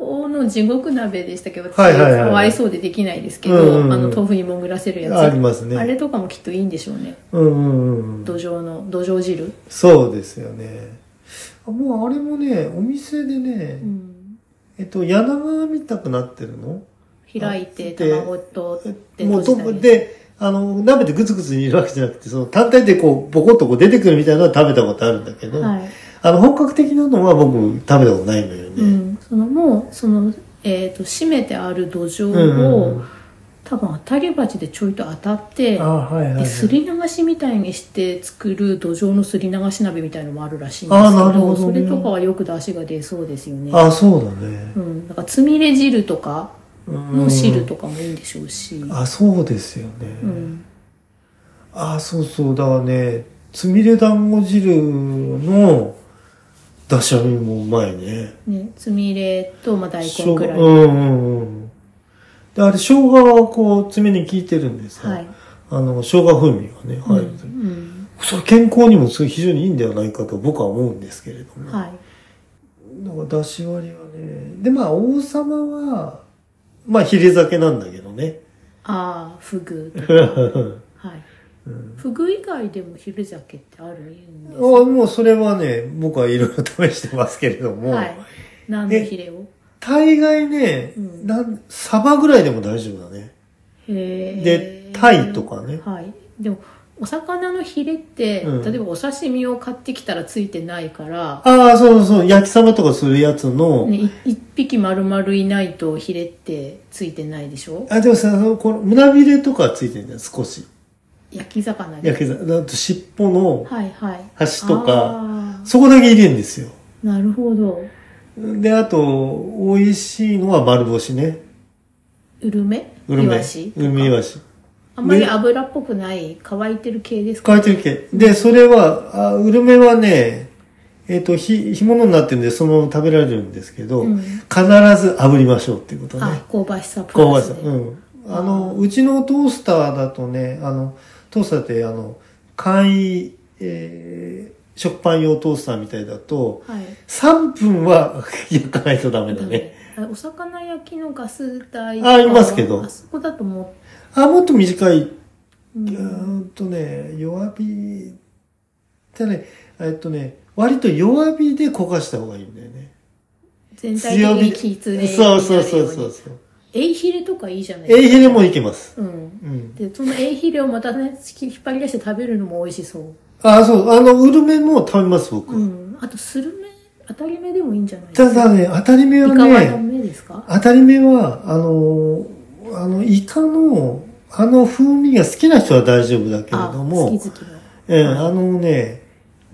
Speaker 2: 壌の地獄鍋でしたけど私、
Speaker 1: はいはいはい
Speaker 2: かわいそうでできないですけど、
Speaker 1: うんうんうん
Speaker 2: あの豆腐に潜らせるやつ
Speaker 1: ありますね
Speaker 2: あれとかもきっといいんでしょうね
Speaker 1: うんうんう
Speaker 2: 土
Speaker 1: ん。
Speaker 2: 壌の土壌汁、
Speaker 1: そうですよね。あもうあれもね、お店でね
Speaker 2: う、ん、
Speaker 1: えっと、柳川みたくなってるの
Speaker 2: 開いて
Speaker 1: で
Speaker 2: 卵とって
Speaker 1: も
Speaker 2: 閉
Speaker 1: う
Speaker 2: じ
Speaker 1: ど
Speaker 2: た
Speaker 1: こ
Speaker 2: り
Speaker 1: で、あの、鍋でグツグツ煮るわけじゃなくて、その単体でこう、ボコッとこう出てくるみたいなのは食べたことあるんだけど、
Speaker 2: はい
Speaker 1: あの、本格的なのは僕食べたことないのよ
Speaker 2: う
Speaker 1: ね。
Speaker 2: ん、そのもうその、えー、と閉めてある土壌
Speaker 1: うん
Speaker 2: を、
Speaker 1: うん
Speaker 2: 多分当たり鉢でちょいと当たって
Speaker 1: はいはい、は
Speaker 2: で
Speaker 1: い。
Speaker 2: すり流しみたいにして作る土壌のすり流し鍋みたいのもあるらしいんですけ
Speaker 1: あー
Speaker 2: ど
Speaker 1: なるほど
Speaker 2: そ
Speaker 1: ね
Speaker 2: れとかはよく出汁が出そうですよね。
Speaker 1: あ、そうだね
Speaker 2: う。ん、だからつみれ汁とか
Speaker 1: うん
Speaker 2: の汁とかもいいんでしょうし、
Speaker 1: あ、そうですよね。
Speaker 2: うん、
Speaker 1: あ、そうそう、だからね、つみれ団子汁の出しゃみもうまいね。
Speaker 2: ねつみれとまあ大
Speaker 1: しょ
Speaker 2: 根
Speaker 1: う
Speaker 2: く
Speaker 1: が
Speaker 2: らい、
Speaker 1: う
Speaker 2: は
Speaker 1: んうんうん。で、あれ、生姜はこう、爪に効いてるんですが、
Speaker 2: い、
Speaker 1: あの、生姜風味がね、入る。
Speaker 2: うん
Speaker 1: それ健康にもすごい非常にいいんではないかと僕は思うんですけれど
Speaker 2: うん
Speaker 1: も。
Speaker 2: はい、
Speaker 1: だから出し割りはね、で、まあ、王様は、まあ、ヒレ酒なんだけどね。
Speaker 2: ああフ グとか、はいフグ以外でも昼酒ってあるんです
Speaker 1: あもうそれはね、僕はいろいろ試してますけれども、
Speaker 2: はい何のヒレを
Speaker 1: 大概ね、
Speaker 2: うん
Speaker 1: なん、サバぐらいでも大丈夫だね。
Speaker 2: で
Speaker 1: で、タイとかね。
Speaker 2: はい。でも、お魚のヒレって、
Speaker 1: うん
Speaker 2: 例えばお刺身を買ってきたらついてないから、
Speaker 1: ああ、そうそう、焼きサバとかするやつの、
Speaker 2: ね、い一匹丸々いないとヒレってついてないでしょ
Speaker 1: あ、でもさ、そのこの胸びれとかはついてるんだよ、少し。
Speaker 2: 焼き魚で。
Speaker 1: 焼きサバ。あと尻尾の
Speaker 2: はいはい。
Speaker 1: 端とか、
Speaker 2: あ
Speaker 1: そこだけ入れるんですよ。
Speaker 2: ーなるほど。
Speaker 1: で、あと、美味しいのは丸干しね。
Speaker 2: ウルメ
Speaker 1: うる
Speaker 2: イ
Speaker 1: め
Speaker 2: ワシ。
Speaker 1: うるめイワシ。
Speaker 2: あんまり油っぽくない、乾いてる系ですか、
Speaker 1: 乾いてる系。で、それは、あうるめはね、えっ、と、ひ、干物になってるんで、そのまま食べられるんですけど、
Speaker 2: うん
Speaker 1: 必ず炙りましょうっていうことね
Speaker 2: あ。、香ばしさプ
Speaker 1: 香ば
Speaker 2: ラ
Speaker 1: し
Speaker 2: ス
Speaker 1: さ。
Speaker 2: で。
Speaker 1: うん。あの、うちのトースターだとね、あの、トースターって、あの、簡易、えー食パン用トースターみたいだと、
Speaker 2: はい。
Speaker 1: 3分は焼かないとダメだね。
Speaker 2: あお魚焼きのガス台
Speaker 1: あありますけど
Speaker 2: あそこだとも
Speaker 1: あ、もっと短い。
Speaker 2: う、
Speaker 1: うーんとね、弱火ってね、えっとね、割と弱火で焦がした方がいいんだよね。
Speaker 2: 全体的に気通で
Speaker 1: そうそうそうそううそう。
Speaker 2: エイヒレとかいいじゃない
Speaker 1: エイヒレもいけます。
Speaker 2: うん
Speaker 1: うん。
Speaker 2: でそのエイヒレをまたね引っ張り出して食べるのも美味しそう
Speaker 1: あ、そう。あの、ウルメも食べます、僕。
Speaker 2: うんあとスルメ当たり目でもいいんじゃないです
Speaker 1: た
Speaker 2: か
Speaker 1: だね、当たり目
Speaker 2: イ
Speaker 1: は
Speaker 2: カはダ
Speaker 1: ね、
Speaker 2: メですか
Speaker 1: 当たり目は、あの、あの、イカの、あの風味が好きな人は大丈夫だけれ
Speaker 2: あ
Speaker 1: ども、
Speaker 2: 好き好きの
Speaker 1: ええ、あのね、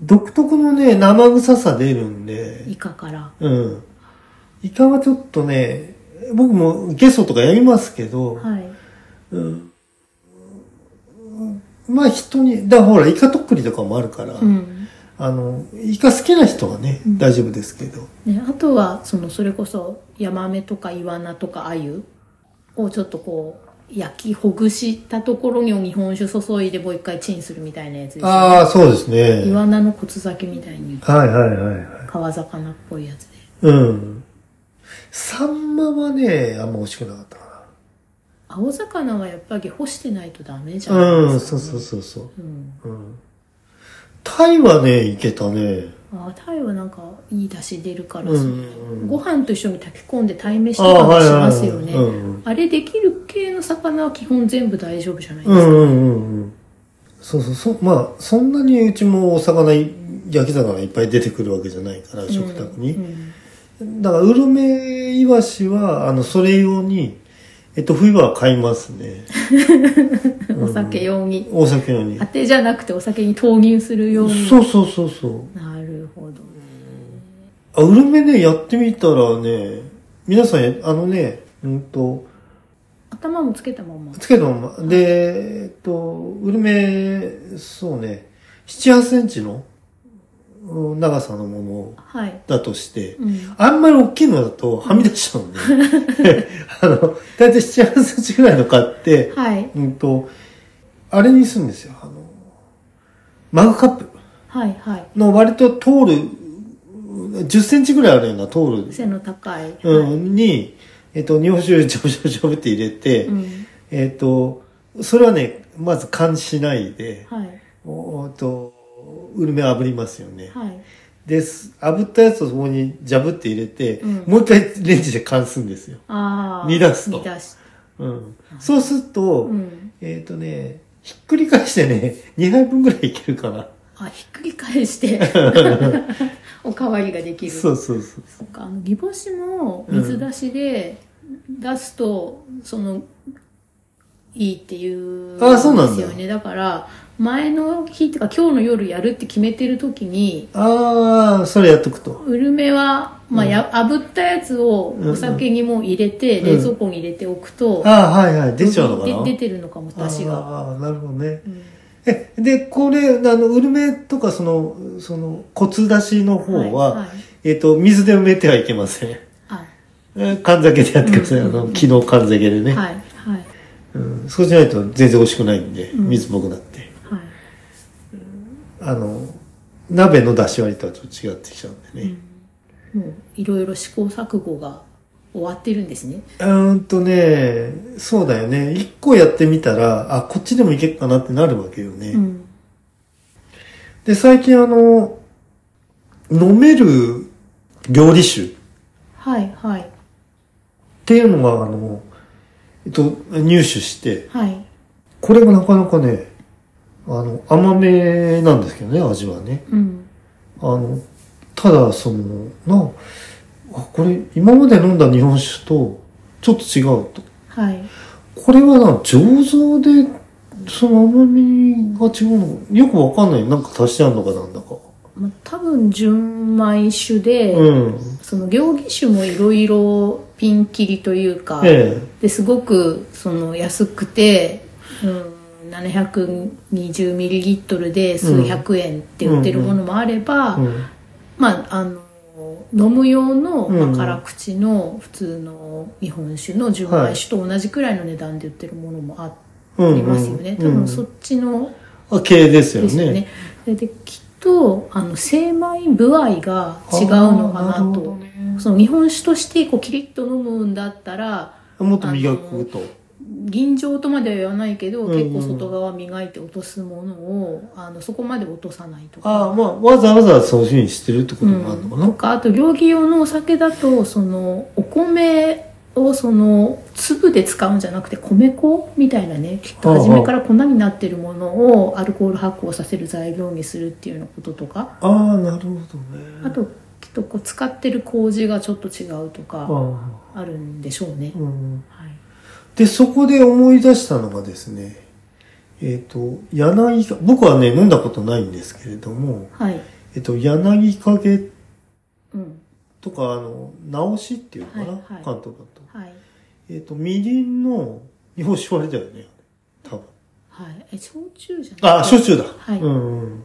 Speaker 1: 独特のね、生臭さ出るんで、
Speaker 2: イカから
Speaker 1: うん。イカはちょっとね、僕もゲソとかやりますけど、
Speaker 2: はい
Speaker 1: うん。まあ人に、だからほら、イカとっくりとかもあるから、
Speaker 2: うん
Speaker 1: あの、イカ好きな人はね、
Speaker 2: うん
Speaker 1: 大丈夫ですけど。
Speaker 2: ね、あとはそのそれこそヤマメとかイワナとかアユをちょっとこう焼きほぐしたところに日本酒注いでもう一回チンするみたいなやつですよ
Speaker 1: ああ、そうですね。
Speaker 2: イワナの骨先みたいに
Speaker 1: はいはいはいはい。
Speaker 2: 川魚っぽいやつで
Speaker 1: うん。サンマはね、あんま美味しくなかったか
Speaker 2: 青魚はやっぱり干してないとダメじゃ
Speaker 1: な。
Speaker 2: ない
Speaker 1: うん、
Speaker 2: で
Speaker 1: そ
Speaker 2: すか、
Speaker 1: うそうそうそう。
Speaker 2: うん
Speaker 1: うん。タイはね、いけたね。
Speaker 2: あタイはなんかいい出汁出るから、
Speaker 1: うん
Speaker 2: そ
Speaker 1: うん
Speaker 2: ご飯と一緒に炊き込んで鯛飯とかもしますよね
Speaker 1: あ
Speaker 2: あ,、
Speaker 1: はいはいはいうん
Speaker 2: れできる系の魚は基本全部大丈夫じゃないで
Speaker 1: う
Speaker 2: すか、
Speaker 1: んうんうんうん。そうそうそう。まあ、そんなにうちもお魚い、焼き魚いっぱい出てくるわけじゃないから、食卓に。
Speaker 2: うん
Speaker 1: だから、ウルメイワシは、あの、それ用に、えっと、冬は買いますね。
Speaker 2: うん お酒用に、
Speaker 1: お酒用に
Speaker 2: 当。てじゃなくてお酒に投入するように
Speaker 1: そうそうそうそう。
Speaker 2: なるほど
Speaker 1: あ、ウルメね、やってみたらね、皆さん、あのね、うんと、
Speaker 2: 頭もつけたまま
Speaker 1: つけたまま、で、えっと、ウルメ、そうね、7、8センチのうん長さのもの
Speaker 2: はい、
Speaker 1: だとして、
Speaker 2: うん、
Speaker 1: あんまり大きいのだとはみ出しちゃうの ね。あの、だいたい7、8センチぐらいの買って、
Speaker 2: はい
Speaker 1: うんと、あれにするんですよ。あの、マグカップ
Speaker 2: はいはい
Speaker 1: の割と通る、10センチぐらいあるような通る
Speaker 2: 背の高い、
Speaker 1: うん、に、えっと、日本酒ジャブジャブジャブって入れて、
Speaker 2: うん
Speaker 1: えっと、それはね、まず缶しないで、
Speaker 2: はい
Speaker 1: おーっと、ウルメ炙りますよね。
Speaker 2: はい
Speaker 1: です、炙ったやつをそこにジャブって入れて、
Speaker 2: うん
Speaker 1: もう一回レンジで乾すんですよ。
Speaker 2: ああ
Speaker 1: 煮出すと
Speaker 2: 煮出し
Speaker 1: うん。そうすると、
Speaker 2: うん
Speaker 1: えっとね、ひっくり返してね、2杯分ぐらいいけるかな。
Speaker 2: あひっくり返して おかわりができる
Speaker 1: そうそうそう。
Speaker 2: そうかあの煮干しも水出しで出すと、そのいいっていう
Speaker 1: あそうなんだ
Speaker 2: ですよねだから前の日っていうか今日の夜やるって決めてる時に
Speaker 1: あー、それやっとくと。
Speaker 2: ウルメは、まあや炙ったやつをお酒にもう入れて、
Speaker 1: うんうん
Speaker 2: 冷蔵庫に入れておくと、
Speaker 1: あー、はいはい、出ちゃうのかな
Speaker 2: で出てるのかも出汁が、
Speaker 1: あー、なるほどね。
Speaker 2: うん
Speaker 1: え、で、これ、あの、ウルメとか、その、その、骨出しの方は、
Speaker 2: はいはい
Speaker 1: えっ、と、水で埋めてはいけません。
Speaker 2: あ
Speaker 1: えー缶酒でやってください。
Speaker 2: うんうんうん
Speaker 1: あの、昨日缶酒でね、
Speaker 2: はいはい
Speaker 1: うん。そうしないと全然美味しくないんで、
Speaker 2: うん
Speaker 1: 水っぽくなって。
Speaker 2: はい
Speaker 1: あの、鍋の出し割りとはちょっと違ってきちゃうんでね。
Speaker 2: もういろいろ試行錯誤が終わってるんですね。
Speaker 1: うーんとね、そうだよね。一個やってみたら、あ、こっちでもいけっかなってなるわけよね。
Speaker 2: うん。
Speaker 1: で、最近あの、飲める料理酒。
Speaker 2: はいはい
Speaker 1: っていうのが、あの、えっと、入手して、
Speaker 2: はい。
Speaker 1: これがなかなかね、あの、甘めなんですけどね、味はね。
Speaker 2: うん。
Speaker 1: あの、ただ、その、な、あ、これ、今まで飲んだ日本酒と、ちょっと違うと。
Speaker 2: はい。
Speaker 1: これはな、醸造で、その甘みが違うのよくわかんない。なんか足してあるのかなんだか。
Speaker 2: まあ、多分純米酒で、
Speaker 1: うん。
Speaker 2: その行儀酒もいろいろピンキリというか、
Speaker 1: え
Speaker 2: ですごくその安くて、うん、720ml で数百円って売ってるものもあれば、
Speaker 1: え。うん。
Speaker 2: まああの飲む用の、
Speaker 1: うん
Speaker 2: まあ、辛口の普通の日本酒の純米酒と同じくらいの値段で売ってるものもあ
Speaker 1: うん、うん。
Speaker 2: りますよね、多分そっちの
Speaker 1: あ、系ですよ
Speaker 2: ですよね
Speaker 1: ね。
Speaker 2: でできっとあの精米部合が違うのか
Speaker 1: あー
Speaker 2: な
Speaker 1: るほ
Speaker 2: と
Speaker 1: どね
Speaker 2: その日本酒としてこうキリッと飲むんだったら
Speaker 1: もっと磨くと。
Speaker 2: 吟醸とまでは言わないけど
Speaker 1: うんうん
Speaker 2: 結構外側磨いて落とすものをあのそこまで落とさないと
Speaker 1: ああ、
Speaker 2: か。
Speaker 1: まあ、わざわざそういうふうにしてるってこと
Speaker 2: う
Speaker 1: もある
Speaker 2: ん
Speaker 1: のかな。
Speaker 2: とかあと料理用のお酒だとそのお米をその粒で使うんじゃなくて米粉みたいなねきっと初めから粉になってるものをアルコール発酵させる材料にするっていうようなこととか
Speaker 1: ああ、なるほどね。
Speaker 2: あときっとこう使ってる麹がちょっと違うとか
Speaker 1: あ
Speaker 2: あるんでしょうね
Speaker 1: あ、。うん。
Speaker 2: はい
Speaker 1: で、そこで思い出したのがですね、えっ、と、柳か、僕はね、飲んだことないんですけれども、
Speaker 2: はい。
Speaker 1: えっ、と、柳影
Speaker 2: うん。
Speaker 1: とか、あの、直しっていうのかな、
Speaker 2: はいはい
Speaker 1: 関東だと。
Speaker 2: はい。
Speaker 1: えっ、と、みりんの、日本酒割れだよね、多分。
Speaker 2: はい。え、焼酎じゃない
Speaker 1: あ、焼酎だ。
Speaker 2: はい
Speaker 1: うん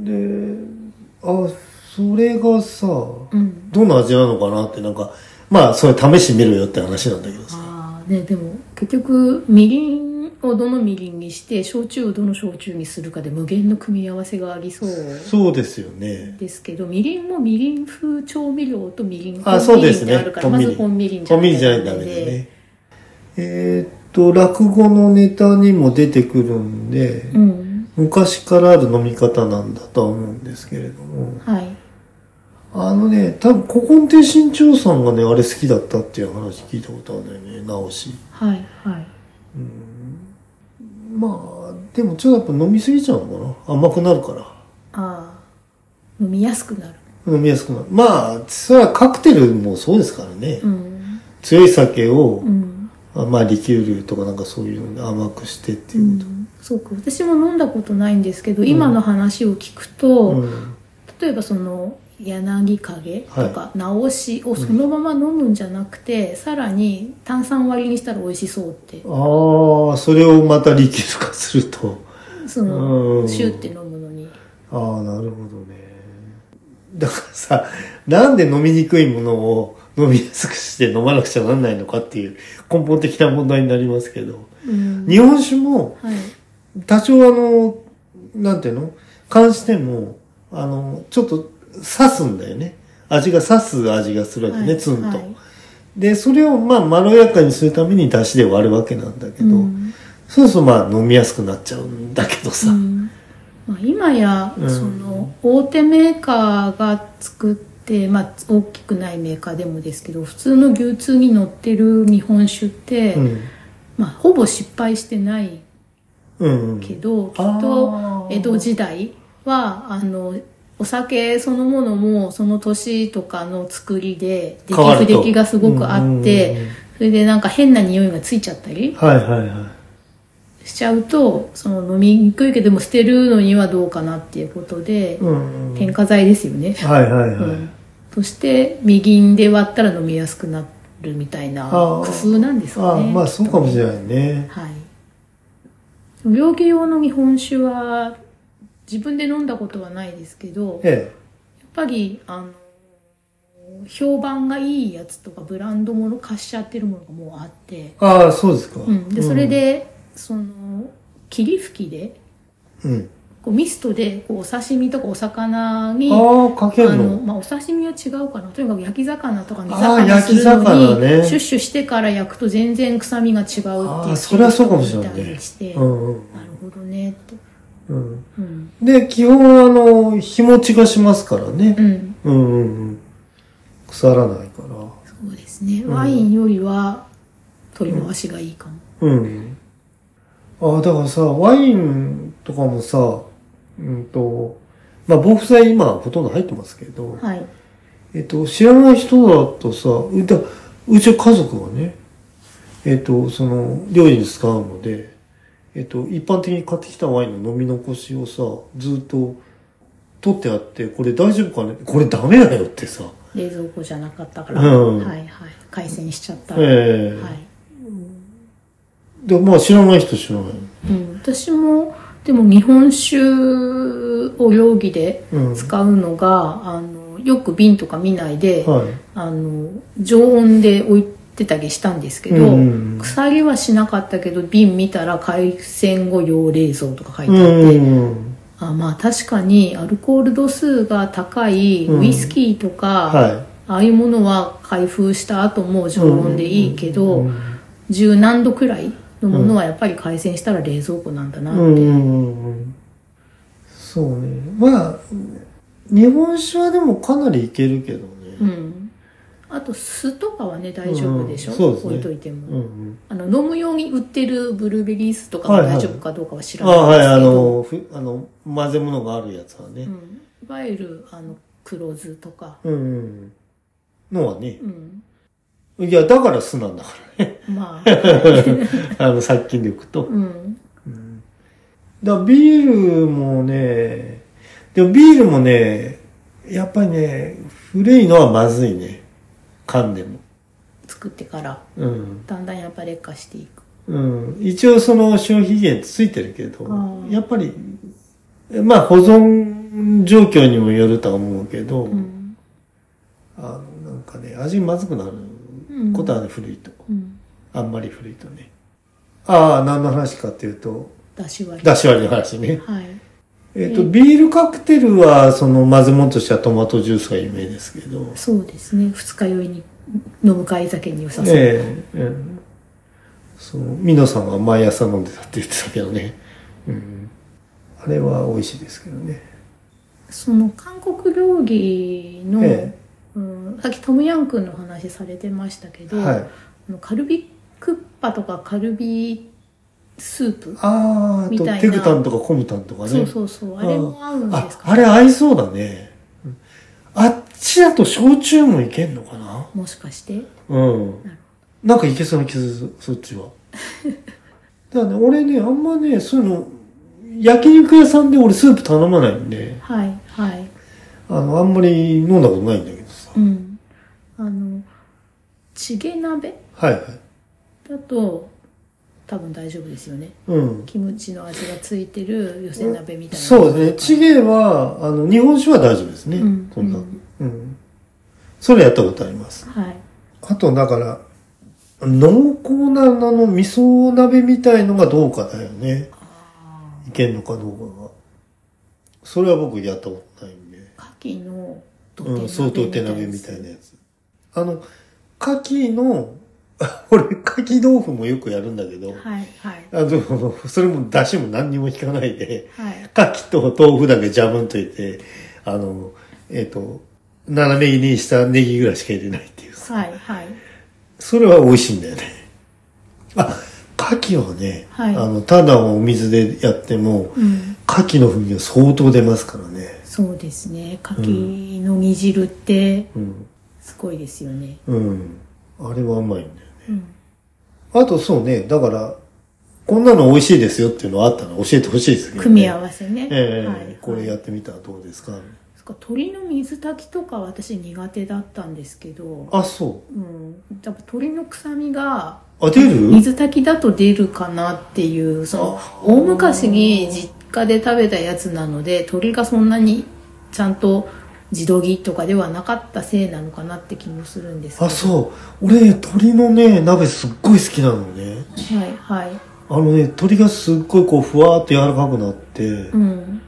Speaker 1: うん。で、あ、それがさ、
Speaker 2: うん。
Speaker 1: どんな味なのかなって、なんか、まあ、それ試してみろよって話なんだけどさ。
Speaker 2: ああ、ね、でも、結局、みりんをどのみりんにして、焼酎をどの焼酎にするかで無限の組み合わせがありそう
Speaker 1: そうですよね。
Speaker 2: ですけど、みりんもみりん風調味料とみりん
Speaker 1: あ、
Speaker 2: 本
Speaker 1: そう
Speaker 2: み
Speaker 1: で
Speaker 2: りん
Speaker 1: す
Speaker 2: が
Speaker 1: ね
Speaker 2: ある。から、
Speaker 1: コン
Speaker 2: ま
Speaker 1: ビ
Speaker 2: ず
Speaker 1: ニ。
Speaker 2: 本みりんじ
Speaker 1: コ
Speaker 2: ゃ
Speaker 1: ン
Speaker 2: な
Speaker 1: ビニ
Speaker 2: いと
Speaker 1: じゃ
Speaker 2: ダ
Speaker 1: ないとダメ
Speaker 2: メで
Speaker 1: でね。えーっと、落語のネタにも出てくるんで、
Speaker 2: うん。
Speaker 1: 昔からある飲み方なんだとは思うんですけれども。
Speaker 2: はい。
Speaker 1: あのね、多分、古今亭新潮さんがね、あれ好きだったっていう話聞いたことあるんだよね、直し。
Speaker 2: はい。はい。
Speaker 1: まあ、でもちょっとやっぱ飲みすぎちゃうのかな甘くなるから。
Speaker 2: ああ、飲みやすくなる。
Speaker 1: 飲みやすくなる。まあ、それはカクテルもそうですからね。
Speaker 2: うん。
Speaker 1: 強い酒を
Speaker 2: う、ん。
Speaker 1: あまあ、リキュールとかなんかそういうので甘くしてって
Speaker 2: う
Speaker 1: いうこ
Speaker 2: ん、そうか私も飲んだことないんですけど、今の話を聞くと、
Speaker 1: と。うん。
Speaker 2: 例えばその柳影とか直しをそのまま飲むんじゃなくて、さらに炭酸割りにしたら美味しそうって
Speaker 1: ああ、それをまたリキュール化すると。
Speaker 2: その、
Speaker 1: うん
Speaker 2: シューって飲むのに
Speaker 1: ああ、なるほどね。だからさ、なんで飲みにくいものを飲みやすくして飲まなくちゃなんないのかっていう根本的な問題になりますけど。
Speaker 2: うん
Speaker 1: 日本酒も、
Speaker 2: はい
Speaker 1: 多少あの、なんていうの関しても、あの、ちょっと刺すんだよね。味が刺す味がするわけね、
Speaker 2: はい
Speaker 1: ツンと。
Speaker 2: はい
Speaker 1: で、それをまあまろやかにするために出汁で割るわけなんだけ
Speaker 2: う
Speaker 1: ど、
Speaker 2: ん
Speaker 1: そうそうまあ飲みやすくなっちゃうんだけどさ。
Speaker 2: うんまあ、今や、
Speaker 1: うん
Speaker 2: その大手メーカーが作って、まあ、大きくないメーカーでもですけど普通の牛通に乗ってる日本酒って、
Speaker 1: うん。
Speaker 2: まあ、ほぼ失敗してない
Speaker 1: うん、うん。
Speaker 2: けど、きっ
Speaker 1: あ
Speaker 2: と
Speaker 1: ー
Speaker 2: 江戸時代はあのお酒そのものもその年とかの作りで出
Speaker 1: 変わ
Speaker 2: 来
Speaker 1: る
Speaker 2: 不
Speaker 1: と
Speaker 2: 出来がすごくあっ
Speaker 1: うんうんう
Speaker 2: て
Speaker 1: ん
Speaker 2: それでなんか変な匂いがついちゃったり
Speaker 1: はいはいはい。
Speaker 2: しちゃうとその飲みにくいけどでも捨てるのにはどうかなっていうことで、
Speaker 1: うん、
Speaker 2: 添加剤ですよね、
Speaker 1: はいはいはい。
Speaker 2: うんそしてみぎんで割ったら飲みやすくなるみたいな工
Speaker 1: あー
Speaker 2: 夫なんです
Speaker 1: あ
Speaker 2: か
Speaker 1: あ
Speaker 2: ね
Speaker 1: まあそうかもしれないね。
Speaker 2: はい。病気用の日本酒は自分で飲んだことはないですけど、やっ
Speaker 1: え
Speaker 2: ぱり、あの、評判がいいやつとかブランドもの貸しちゃってるものがもうあって
Speaker 1: え。、ああ、そうですか。
Speaker 2: うん。で、それ、で、その、霧吹きで、
Speaker 1: うん。
Speaker 2: こうミストでこうお刺身とかお魚に、
Speaker 1: ああ、かけ
Speaker 2: あ
Speaker 1: る
Speaker 2: の、
Speaker 1: の。
Speaker 2: まあ、お刺身は違うかな。とにかく焼き魚とか煮
Speaker 1: あー
Speaker 2: 魚するの
Speaker 1: 焼き魚
Speaker 2: に、
Speaker 1: ね
Speaker 2: シュッシュしてから焼くと全然臭みが違うっていう。
Speaker 1: ああ、それはそうかもしれない
Speaker 2: みた
Speaker 1: ね
Speaker 2: りして。
Speaker 1: うんうん
Speaker 2: なるほどねって。
Speaker 1: うん。
Speaker 2: うん。
Speaker 1: で、基本はあの、日持ちがしますからね
Speaker 2: う。ん。
Speaker 1: うんうんうん。腐らないから。
Speaker 2: そうですね。ワインよりは取り回しがいいかも。
Speaker 1: うん。ああ、だからさ、ワインとかもさ、うんと、まあ、防腐剤今ほとんど入ってますけど、
Speaker 2: はい。
Speaker 1: えっと、知らない人だとさ、うだうちは家族はね、えっと、その、料理に使うので、えっと、一般的に買ってきたワインの飲み残しをさ、ずっと取ってあって、これ大丈夫かねこれダメだよってさ、
Speaker 2: 冷蔵庫じゃなかったから。
Speaker 1: うん
Speaker 2: はいはい。回線しちゃったら。
Speaker 1: ええ
Speaker 2: はい。
Speaker 1: で、まあ知らない人知らない。
Speaker 2: うん。私も、でも日本酒を容疑で
Speaker 1: うん。
Speaker 2: 使うのが、あの、よく瓶とか見ないで、
Speaker 1: はい。
Speaker 2: あの、常温で置いてたりしたんですけど、
Speaker 1: うん
Speaker 2: 鎖はしなかったけど、瓶見たら、海鮮後用冷蔵とか書いてあって、
Speaker 1: うん。
Speaker 2: あまあ確かにアルコール度数が高い
Speaker 1: うん
Speaker 2: ウイスキーとか、
Speaker 1: は
Speaker 2: ああいうものは開封した後も
Speaker 1: い
Speaker 2: 常温でいいけど、
Speaker 1: うん
Speaker 2: 十何度くらいのものはやっぱり改善したら冷蔵庫なんだな、
Speaker 1: うんうんうんそうねまあ日本酒はでもかなりいけるけど
Speaker 2: う
Speaker 1: ね、
Speaker 2: んあと酢とかはね大丈夫でしょ、
Speaker 1: うんそうですね
Speaker 2: 置いといても、
Speaker 1: うんうん、
Speaker 2: あの飲む用に売ってるブルーベリー酢とか
Speaker 1: は
Speaker 2: はい
Speaker 1: はい
Speaker 2: 大丈夫かどうかは知
Speaker 1: あ
Speaker 2: らないんで
Speaker 1: は
Speaker 2: す
Speaker 1: い
Speaker 2: けど、
Speaker 1: あのふあの混ぜ物があるやつはね
Speaker 2: うん、いわゆるあの黒酢とか、
Speaker 1: うん、うんのはね
Speaker 2: うん、
Speaker 1: いやだから 酢なんだか
Speaker 2: ま あ、
Speaker 1: らあの殺菌力と、
Speaker 2: うん、
Speaker 1: うん、だからビールもねでもビールもねやっぱりね古いのはまずいね噛んでも
Speaker 2: 作ってから
Speaker 1: うん
Speaker 2: だんだんやっぱ劣化していく
Speaker 1: うん、一応その消費期限ついてるけど
Speaker 2: あ、ー
Speaker 1: やっぱり、まあ保存状況にもよるとは思うけど、
Speaker 2: うん、
Speaker 1: あのなんかね、味まずくなる
Speaker 2: うん
Speaker 1: ことはね、古いと。
Speaker 2: うん、
Speaker 1: あんまり古いとね。ああ、何の話かっていうと、
Speaker 2: だし割り
Speaker 1: 出し割りの話ね。
Speaker 2: はい
Speaker 1: えっ、と、
Speaker 2: うん
Speaker 1: ビールカクテルは、その混ぜ物としてはトマトジュースが有名ですけど、
Speaker 2: そうですね二日酔いに飲む会酒に良さそう、
Speaker 1: ええうんそう、ミノさんは毎朝飲んでたって言ってたけどね。うん。あれは美味しいですけどね。
Speaker 2: その韓国料理の、
Speaker 1: え
Speaker 2: うん、さっきトムヤンクンの話されてましたけ
Speaker 1: え
Speaker 2: ど、
Speaker 1: はい。
Speaker 2: あのカルビクッパとかカルビスープ、
Speaker 1: あー
Speaker 2: みた
Speaker 1: あ
Speaker 2: いな
Speaker 1: と、テグタンとかコムタンとかね。
Speaker 2: そうそうそうあれも合うんで
Speaker 1: あ
Speaker 2: す、か
Speaker 1: あれ合いそうだね。うんあっちだと焼酎もいけんのかな
Speaker 2: もしかして
Speaker 1: うん。なんかいけそうな気する、そっちは。 だからね、俺ね、あんまね、そういうの、焼肉屋さんで俺スープ頼まないんで、
Speaker 2: はいはい
Speaker 1: あの、あんまり飲んだことないんだけどさ。
Speaker 2: うんあのチゲ鍋
Speaker 1: はいはい。
Speaker 2: だと多分大丈夫ですよね
Speaker 1: うん。
Speaker 2: キムチの味がついてる寄せ鍋みたいな
Speaker 1: そうですね。チゲは、あの、日本酒は大丈夫ですね。
Speaker 2: うん
Speaker 1: そんな、
Speaker 2: う
Speaker 1: うん
Speaker 2: ん。
Speaker 1: それやったことあります。
Speaker 2: はい
Speaker 1: あと、だから、濃厚なあの味噌鍋みたいのがどうかだよね。いけんのかどうかが。それは僕やったことないんで。
Speaker 2: 牡蠣の土
Speaker 1: うん、相当手鍋みたい
Speaker 2: な
Speaker 1: なやつ。あの、牡蠣の、 俺、牡蠣豆腐もよくやるんだけど、
Speaker 2: はいはい
Speaker 1: あの、それも出汁も何にも引かないで、
Speaker 2: はい
Speaker 1: 牡蠣と豆腐だけジャブンといて、あの、えっ、と、斜め切りにしたネギぐらいしか入れないっていう。
Speaker 2: はいはい
Speaker 1: それは美味しいんだよね。あ、牡蠣はね、
Speaker 2: はい
Speaker 1: あの、ただお水でやっても、
Speaker 2: うん
Speaker 1: 牡蠣の風味が相当出ますからね。
Speaker 2: そうですね牡蠣の煮汁って
Speaker 1: うん。
Speaker 2: すごいですよね
Speaker 1: うん。あれはうまいんだよね。
Speaker 2: うん
Speaker 1: あとそうね、だから、こんなの美味しいですよっていうのあったら教えてほしいですけど、ね。
Speaker 2: 組み合わせね
Speaker 1: ええ
Speaker 2: はい
Speaker 1: これやってみたらどうですか、
Speaker 2: そっか鶏の水炊きとか私苦手だったんですけど
Speaker 1: あ、そ
Speaker 2: うんやっぱ鶏の臭みが
Speaker 1: う。あ、出る
Speaker 2: 水炊きだと出るかなっていうその
Speaker 1: あ
Speaker 2: 大昔に実家で食べたやつなので鶏がそんなにちゃんと自動ぎとかではなかったせいなのかなって気もするんですけど
Speaker 1: あ、そう。俺ね、鶏のね、鍋すっごい好きなのね。
Speaker 2: はいはい
Speaker 1: あのね、鶏がすっごいこう、ふわーっと柔らかくなって、
Speaker 2: うん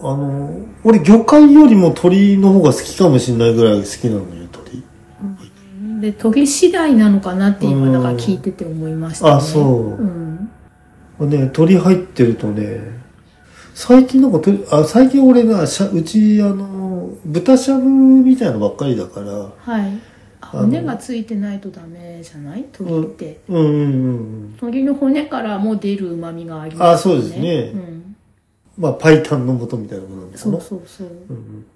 Speaker 1: あの、俺魚介よりも鳥の方が好きかもしれないぐらい好きなのよ、鳥。
Speaker 2: で鶏次第なのかなって
Speaker 1: う
Speaker 2: 今
Speaker 1: ん
Speaker 2: だから聞いてて思いましたね
Speaker 1: あそう
Speaker 2: うん、
Speaker 1: ね、鳥入ってるとね、最近なんか鳥、あ、最近俺が、しゃうち、あの、豚しゃぶみたいのばっかりだから、
Speaker 2: はいあ
Speaker 1: あの
Speaker 2: 骨がついてないとダメじゃない鶏って、
Speaker 1: うんうんうん。
Speaker 2: 鶏の骨からも出る旨味がありますよ
Speaker 1: あそうですね
Speaker 2: うん、
Speaker 1: まあ、パイタンの素みたいなものなのか
Speaker 2: そ
Speaker 1: な
Speaker 2: う。そうそう
Speaker 1: うんうん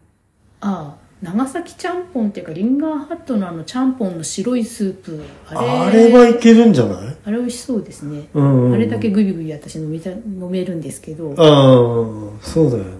Speaker 2: ああ長崎ちゃんぽんっていうかリンガーハットのあのちゃんぽんの白いスープあ
Speaker 1: あ
Speaker 2: れ
Speaker 1: れはいけるんじゃない
Speaker 2: あれ美味しそうですね、
Speaker 1: うんうんうん。
Speaker 2: あれだけグビグビ私飲めた飲めるんですけどあ
Speaker 1: ああ、そうだよね。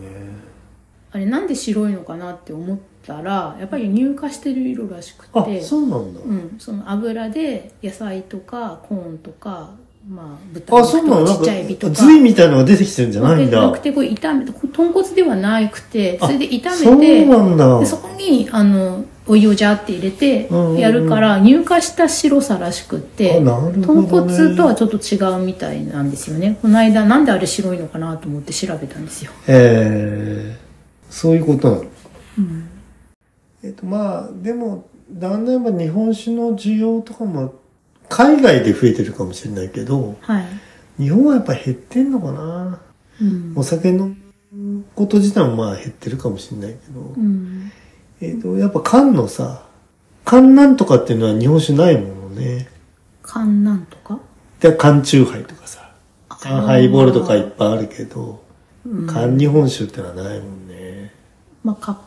Speaker 2: れなんで白いのかなって思ったらやっぱり乳化してる色らしく
Speaker 1: あ、
Speaker 2: て
Speaker 1: そうなんだ。
Speaker 2: うん、その油で野菜とかコーンとか、まあ、豚
Speaker 1: あ、そうなの
Speaker 2: 肉と
Speaker 1: なん
Speaker 2: かちっちゃいエビと
Speaker 1: か、
Speaker 2: か
Speaker 1: 髄みたいなのが出てきてるんじゃないん
Speaker 2: で
Speaker 1: だ。
Speaker 2: なくてこう炒めてこう豚骨ではなくて
Speaker 1: あ
Speaker 2: それで炒
Speaker 1: そう
Speaker 2: めて
Speaker 1: なんだ。
Speaker 2: でそこにあのお湯をジャーって入れて
Speaker 1: うんうんうん
Speaker 2: やるから乳化した白さらしくって、
Speaker 1: あなるほど
Speaker 2: 豚
Speaker 1: ね
Speaker 2: 骨とはちょっと違うみたいなんですよねこの間なんであれ白いのかなと思って調べたんですよ
Speaker 1: えー、そういうことなの。
Speaker 2: うん
Speaker 1: えっと、まあ、でも、だんだんやっぱ日本酒の需要とかも、海外で増えてるかもしれないけど、
Speaker 2: はい、
Speaker 1: 日本はやっぱ減ってんのかな。
Speaker 2: うん
Speaker 1: お酒のこと自体もまあ減ってるかもしれないけど
Speaker 2: う、ん、
Speaker 1: えっと、やっぱ缶のさ、缶なんとかっていうのは日本酒ないものね。
Speaker 2: 缶なんとか
Speaker 1: で、缶チューハイとかさ、缶ハイボールとかいっぱいあるけど、
Speaker 2: うん
Speaker 1: 缶日本酒ってのはないもんね。
Speaker 2: まあカップ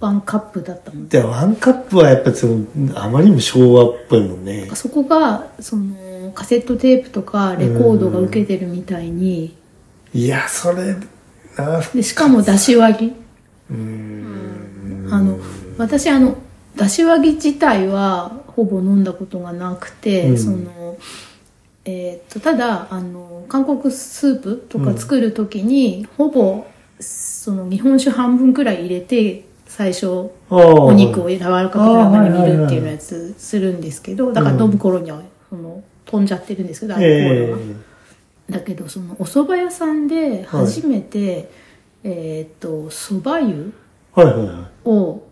Speaker 2: ワンカップだったもんね
Speaker 1: で、ワンカップはやっぱその、あまりにも昭和っぽいもんね。
Speaker 2: そこがそのカセットテープとかレコードが受けてるみたいに
Speaker 1: いや、それ、な、
Speaker 2: でしかも出し輪ぎ
Speaker 1: うーん。
Speaker 2: あの私あのだし輪ぎ自体はほぼ飲んだことがなくて、
Speaker 1: うん
Speaker 2: そのえーっとただあの韓国スープとか作る時に、ほぼその日本酒半分くらい入れて最初
Speaker 1: お
Speaker 2: お肉を柔らかく中に煮るっていうのやつするんですけどだから飲む頃にはその飛んじゃってるんですけどアルコール
Speaker 1: え
Speaker 2: が。だけどそのお蕎麦屋さんで初めて、えーっと蕎麦湯
Speaker 1: えはいはいはい。
Speaker 2: を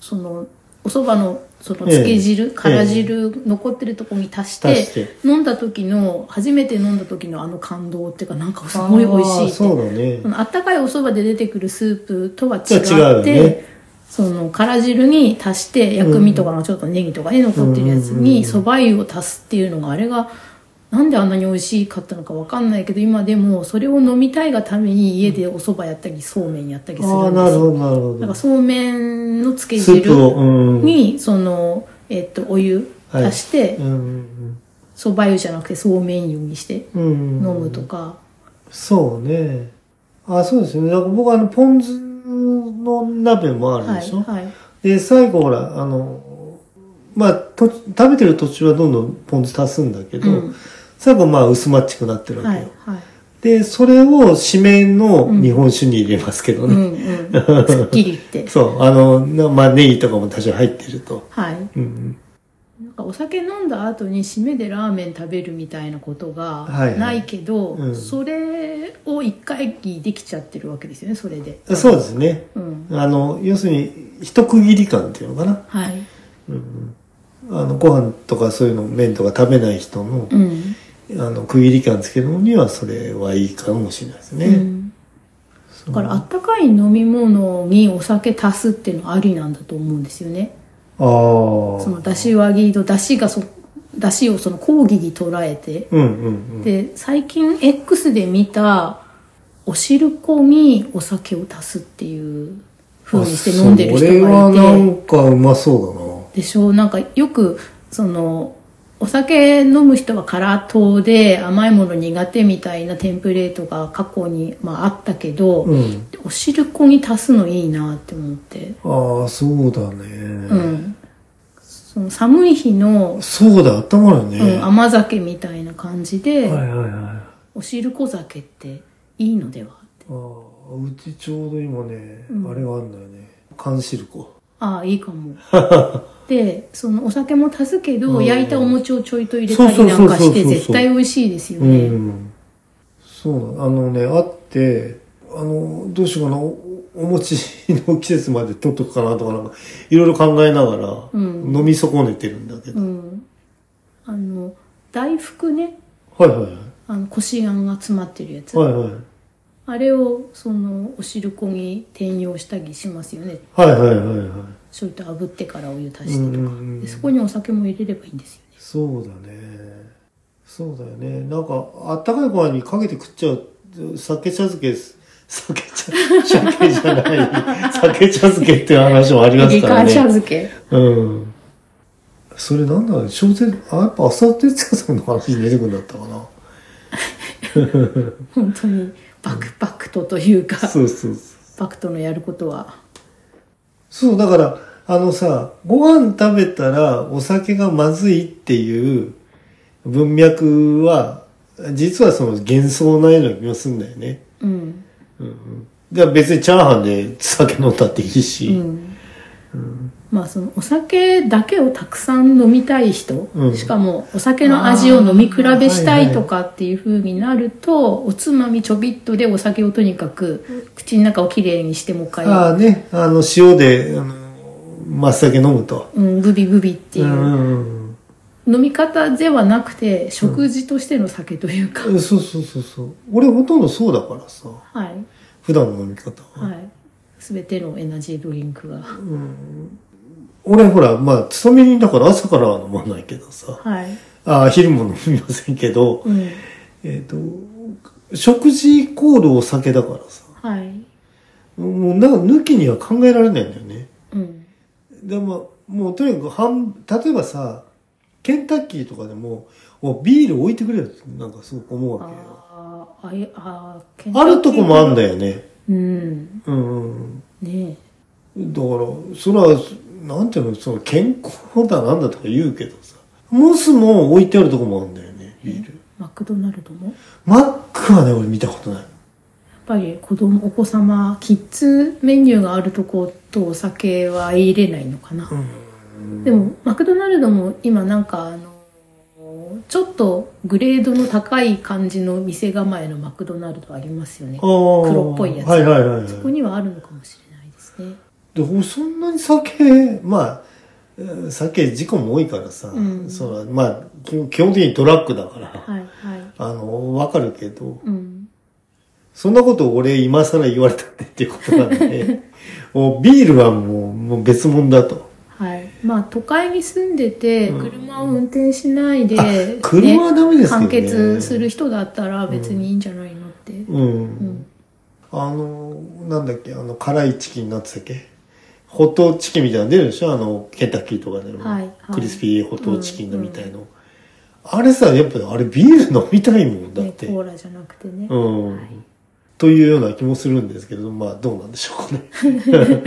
Speaker 2: そのお蕎麦のその
Speaker 1: ええ
Speaker 2: 漬け汁、
Speaker 1: え
Speaker 2: から汁残ってるとこに足して,、
Speaker 1: 足して
Speaker 2: 飲んだ時の初めて飲んだ時のあの感動っていうかなんかすごい美味しい
Speaker 1: あー
Speaker 2: って
Speaker 1: そうだね
Speaker 2: そ。のあったかいお蕎麦で出てくるスープとは違って
Speaker 1: とは違うよね
Speaker 2: そのから汁に足して薬味とかのちょっとネギとかね残ってるやつに蕎麦湯を足すっていうのがあれがなんであんなに美味しかったのかわかんないけど今でもそれを飲みたいがために家でお蕎麦やったりそうめんやったりする
Speaker 1: ああ、
Speaker 2: ん
Speaker 1: な
Speaker 2: で
Speaker 1: る
Speaker 2: す
Speaker 1: ほ
Speaker 2: よ
Speaker 1: ど、なるほ
Speaker 2: なん
Speaker 1: ど
Speaker 2: か。そうめんのつけ
Speaker 1: スー
Speaker 2: 汁
Speaker 1: プを、うん。
Speaker 2: にその、えっと、お湯足して
Speaker 1: うんうん
Speaker 2: 蕎麦湯じゃなくてそうめん湯にして
Speaker 1: うん、うん
Speaker 2: 飲むとか、
Speaker 1: そうね。あ、そうですよね。だから僕はあの、ポン酢の鍋もある
Speaker 2: は
Speaker 1: で
Speaker 2: い
Speaker 1: しょ、
Speaker 2: はい
Speaker 1: で、最後ほら、あの、まあ、と食べてる途中はどんどんポン酢足すんだけど、
Speaker 2: うん
Speaker 1: 最後まあ薄マッチくなってるわ
Speaker 2: は
Speaker 1: けよ。
Speaker 2: いはい
Speaker 1: で、それを締めの日本酒に入れますけど
Speaker 2: う
Speaker 1: ね。
Speaker 2: んうん。すっきりっ て。
Speaker 1: そう、あの、なまあ、ネギとかも多少入ってると。
Speaker 2: はい。
Speaker 1: うん
Speaker 2: なんかお酒飲んだ後に締めでラーメン食べるみたいなことが
Speaker 1: はいはい
Speaker 2: ないけど、
Speaker 1: うん
Speaker 2: それを一回きできちゃってるわけですよね、それで。
Speaker 1: うん。そうですね。
Speaker 2: うん。
Speaker 1: あの、要するに、一区切り感っていうのかな。
Speaker 2: はい。
Speaker 1: あの、ご飯とかそういうの、麺とか食べない人の、
Speaker 2: うん。
Speaker 1: あの、区切り感つけるのには、それはいいかもしれないですね。
Speaker 2: うん
Speaker 1: そ
Speaker 2: だ
Speaker 1: う
Speaker 2: からあったかい飲み物にお酒足すっていうのはありなんだと思うんですよね。
Speaker 1: ああ。
Speaker 2: その出汁和牛の出汁がそ、出汁をその講義に捉えて、
Speaker 1: うんうん
Speaker 2: で、最近 X で見たお汁粉にお酒を足すっていう
Speaker 1: う
Speaker 2: 風
Speaker 1: ん。
Speaker 2: にして飲んでる
Speaker 1: あ
Speaker 2: 人が
Speaker 1: それはない
Speaker 2: て、
Speaker 1: んかうまそう
Speaker 2: でしょうなんかよく、その、お酒飲む人は辛党で甘いもの苦手みたいなテンプレートが過去に、まあ、あったけど、
Speaker 1: だな。うん。
Speaker 2: お汁粉に足すのいいなって思って。
Speaker 1: ああ、そうだね。
Speaker 2: うん。その寒い日の、
Speaker 1: そうだ、頭だね。
Speaker 2: うん、甘酒みたいな感じで、
Speaker 1: はいはいはい。
Speaker 2: お汁粉酒っていいのではって。
Speaker 1: ああ、うちちょうど今ね、
Speaker 2: うん
Speaker 1: あれがあるんだよね。缶汁粉。
Speaker 2: ああいい かもでそのお酒も足すけど、
Speaker 1: うん
Speaker 2: 焼いたお餅をちょいと入れたり
Speaker 1: そう
Speaker 2: な
Speaker 1: そ
Speaker 2: ん
Speaker 1: うそう
Speaker 2: か
Speaker 1: そうそう
Speaker 2: して絶対美味しいですよ
Speaker 1: う
Speaker 2: ね、
Speaker 1: ん。そうなのあのね、あって、あの、どうしようかな、おお餅の季節まで取っとくかなとか、なんか、いろいろ考えながら、
Speaker 2: うん
Speaker 1: 飲み損ねてるんだけ
Speaker 2: う
Speaker 1: ど。
Speaker 2: んあの大福ね
Speaker 1: はいはいはい。
Speaker 2: あのこしあんが詰まってるやつ、
Speaker 1: はいはい。
Speaker 2: あれをそのお汁粉に転用したりしますよね
Speaker 1: はいはいはいはい。
Speaker 2: ちょいと炙ってからお湯足
Speaker 1: う
Speaker 2: し
Speaker 1: ん
Speaker 2: て
Speaker 1: う
Speaker 2: と
Speaker 1: ん
Speaker 2: か、
Speaker 1: うん
Speaker 2: でそこにお酒も入れればいいんですよね
Speaker 1: そうだね。そうだよね。なんか、あったかいご飯にかけて食っちゃう、酒茶漬けです。 酒茶、酒じ ゃない。酒茶漬けっていう話もあります
Speaker 2: リ
Speaker 1: か
Speaker 2: カ
Speaker 1: ら
Speaker 2: ー茶
Speaker 1: ね。
Speaker 2: 漬け
Speaker 1: うん。それなんだろう小説、あ、やっぱ浅田哲也さんの話に出てくるんだったかな。
Speaker 2: 本当にバクパクトというか
Speaker 1: そうそうそう。
Speaker 2: パクトのやることは
Speaker 1: そう、だから、あのさ、ご飯食べたらお酒がまずいっていう文脈は、実はその幻想なような気がするんだよね。
Speaker 2: うん
Speaker 1: うんうん。じゃあ別にチャーハンで酒飲んだっていいし、
Speaker 2: うんまあ、そのお酒だけをたくさん飲みたい人、
Speaker 1: うん
Speaker 2: しかもお酒の味を飲み比べしたいとかっていう風になると、おつまみちょびっとでお酒をとにかく口の中をきれいにしてもう一回、
Speaker 1: ああね、あの、塩で、あの、松茸飲むと。
Speaker 2: うん、グビグビっていうう、
Speaker 1: ん。
Speaker 2: 飲み方ではなくて食事としての酒というか、
Speaker 1: そうそうそうそう。俺ほとんどそうだからさ、
Speaker 2: はい
Speaker 1: 普段の飲み方は。
Speaker 2: はい全てのエナジードリンクが、
Speaker 1: 俺ほら、まあ、勤め人だから朝からは飲まないけどさ、
Speaker 2: はい、
Speaker 1: ああ、昼も飲みませんけど、
Speaker 2: うん、
Speaker 1: えっ、と、食事イコールお酒だからさ、
Speaker 2: はい、
Speaker 1: もうなんか抜きには考えられないんだよね。
Speaker 2: うん、
Speaker 1: でも、もうとにかく半、例えばさ、ケンタッキーとかでも、おビール置いてくれよってなんかすごく思うわけよ。
Speaker 2: あーあいあーケンタ
Speaker 1: あ
Speaker 2: ッキー
Speaker 1: るとこもあんだよね。
Speaker 2: うん
Speaker 1: うん、
Speaker 2: ね
Speaker 1: うん。だから、それは、なんていうの、その健康だなんだとか言うけどさ、モスも置いてあるとこもあるんだよね、ビール。
Speaker 2: マクドナルドもやっ
Speaker 1: マックはね、俺見たことない。
Speaker 2: ぱり子供お子様キッズメニューがあるとことお酒は入れないのかな、でもマクドナルドも今なんかあのちょっとグレードの高い感じの店構えのマクドナルドありますよね
Speaker 1: 黒
Speaker 2: 黒っぽいやつ
Speaker 1: はいはいはい、はい。
Speaker 2: そこにはあるのかもしれないですね
Speaker 1: で俺そんなに酒まあえー酒事故も多いからさ、
Speaker 2: うん
Speaker 1: そのまあ基本基本的にドラッグだから、
Speaker 2: はいはい
Speaker 1: あのわかるけど
Speaker 2: うん
Speaker 1: そんなことを俺今更言われたってっていうことなん でもうビールはもうもう別物だと
Speaker 2: はい、まあ都会に住んでて
Speaker 1: うん
Speaker 2: 車を運転しないで、
Speaker 1: あ車はダメですよね
Speaker 2: 完結する人だったら別にいいんじゃないのって、
Speaker 1: うん、
Speaker 2: うん
Speaker 1: あのなんだっけあの辛いチキンなんつったっけホットチキンみたいなの出るでしょあのケンタッキーとかでも、
Speaker 2: はいはい
Speaker 1: クリスピーホットチキンのみたいの、あれさやっぱあれビール飲みたいもんだっ
Speaker 2: ね、
Speaker 1: て、
Speaker 2: コーラじゃなくてね、
Speaker 1: うんというような気もするんですけれど、まあどうなんでしょうか ね。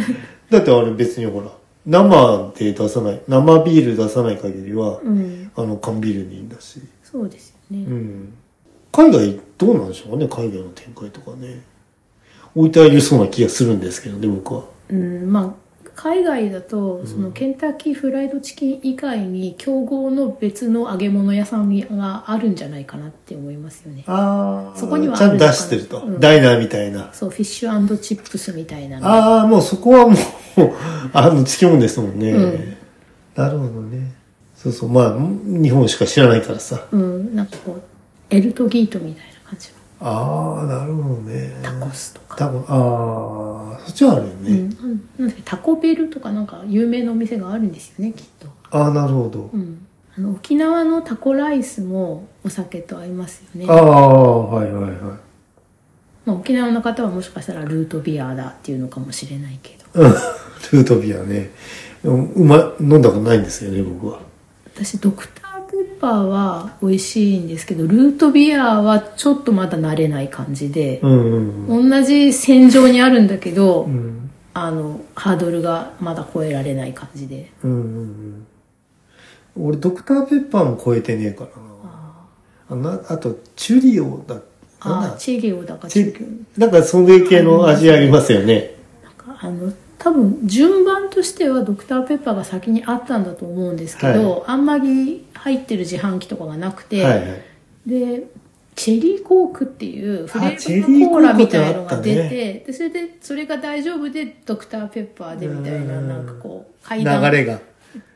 Speaker 1: だってあれ別にほら、生で出さない、生ビール出さない限りは、
Speaker 2: うん、
Speaker 1: あの缶ビールでいいんだし。
Speaker 2: そうですよね、
Speaker 1: うん。海外どうなんでしょうかね、海外の展開とかね。置いてありそうな気がするんですけどね、僕は。
Speaker 2: うんまあ海外だとそのケンタッキーフライドチキン以外に競合の別の揚げ物屋さんがあるんじゃないかなって思いますよね
Speaker 1: あ
Speaker 2: そこには
Speaker 1: ちゃんと出してると。
Speaker 2: うん
Speaker 1: ダイナーみたいな。
Speaker 2: そうフィッシュチップスみたいなの
Speaker 1: ああ、もうそこはもう、 あの、つきもんですもんね。
Speaker 2: うん
Speaker 1: なるほどね。そうそう、まあ、日本しか知らないからさ。
Speaker 2: うんなんかこうエルトギートみたいな感じ
Speaker 1: ああ、なるほどね。タ
Speaker 2: のコスとか、
Speaker 1: タコ、ああ、そっちはあるよね。
Speaker 2: うんなんなんだっけタコベルとかなんか有名なお店があるんですよねきっと
Speaker 1: ああ、なるほど。
Speaker 2: うんあの沖縄のタコライスもお酒と合いますよね
Speaker 1: ああ、はいはいはい。
Speaker 2: まあ、沖縄の方はもしかしたらルートビアだっていうのかもしれないけど
Speaker 1: うんルートビアね。うんうまい、飲んだことないんですよね、僕は。
Speaker 2: 私ドクターペッパーは美味しいんですけどルートビアはちょっとまだ慣れない感じで
Speaker 1: う、んうん
Speaker 2: 同じ線上にあるんだけど、
Speaker 1: うん。うん
Speaker 2: あのハードルがまだ超えられない感じで
Speaker 1: うんうんうん。俺、ドクターペッパーも超えてねえから
Speaker 2: あ
Speaker 1: な。あなあと、チュリオだ。なん
Speaker 2: あ
Speaker 1: だ
Speaker 2: ーチェゲオだか
Speaker 1: チ
Speaker 2: チェゲ
Speaker 1: ュなんか、それ系の味ありますよね。
Speaker 2: オなんかあの多分順番としてはドクターペッパーが先にあったんだと思うんですけど、あんまり入ってる自販機とかがなくて、
Speaker 1: はいはい。
Speaker 2: でチェリーコークっていうフレ
Speaker 1: あチェリーコー
Speaker 2: ー
Speaker 1: ク
Speaker 2: バーコーラみたいのが
Speaker 1: ってあ
Speaker 2: 出、
Speaker 1: って
Speaker 2: でそれでそれが大丈夫でドクターペッパーでみたいな
Speaker 1: うん
Speaker 2: なんかこう階段
Speaker 1: 流れが。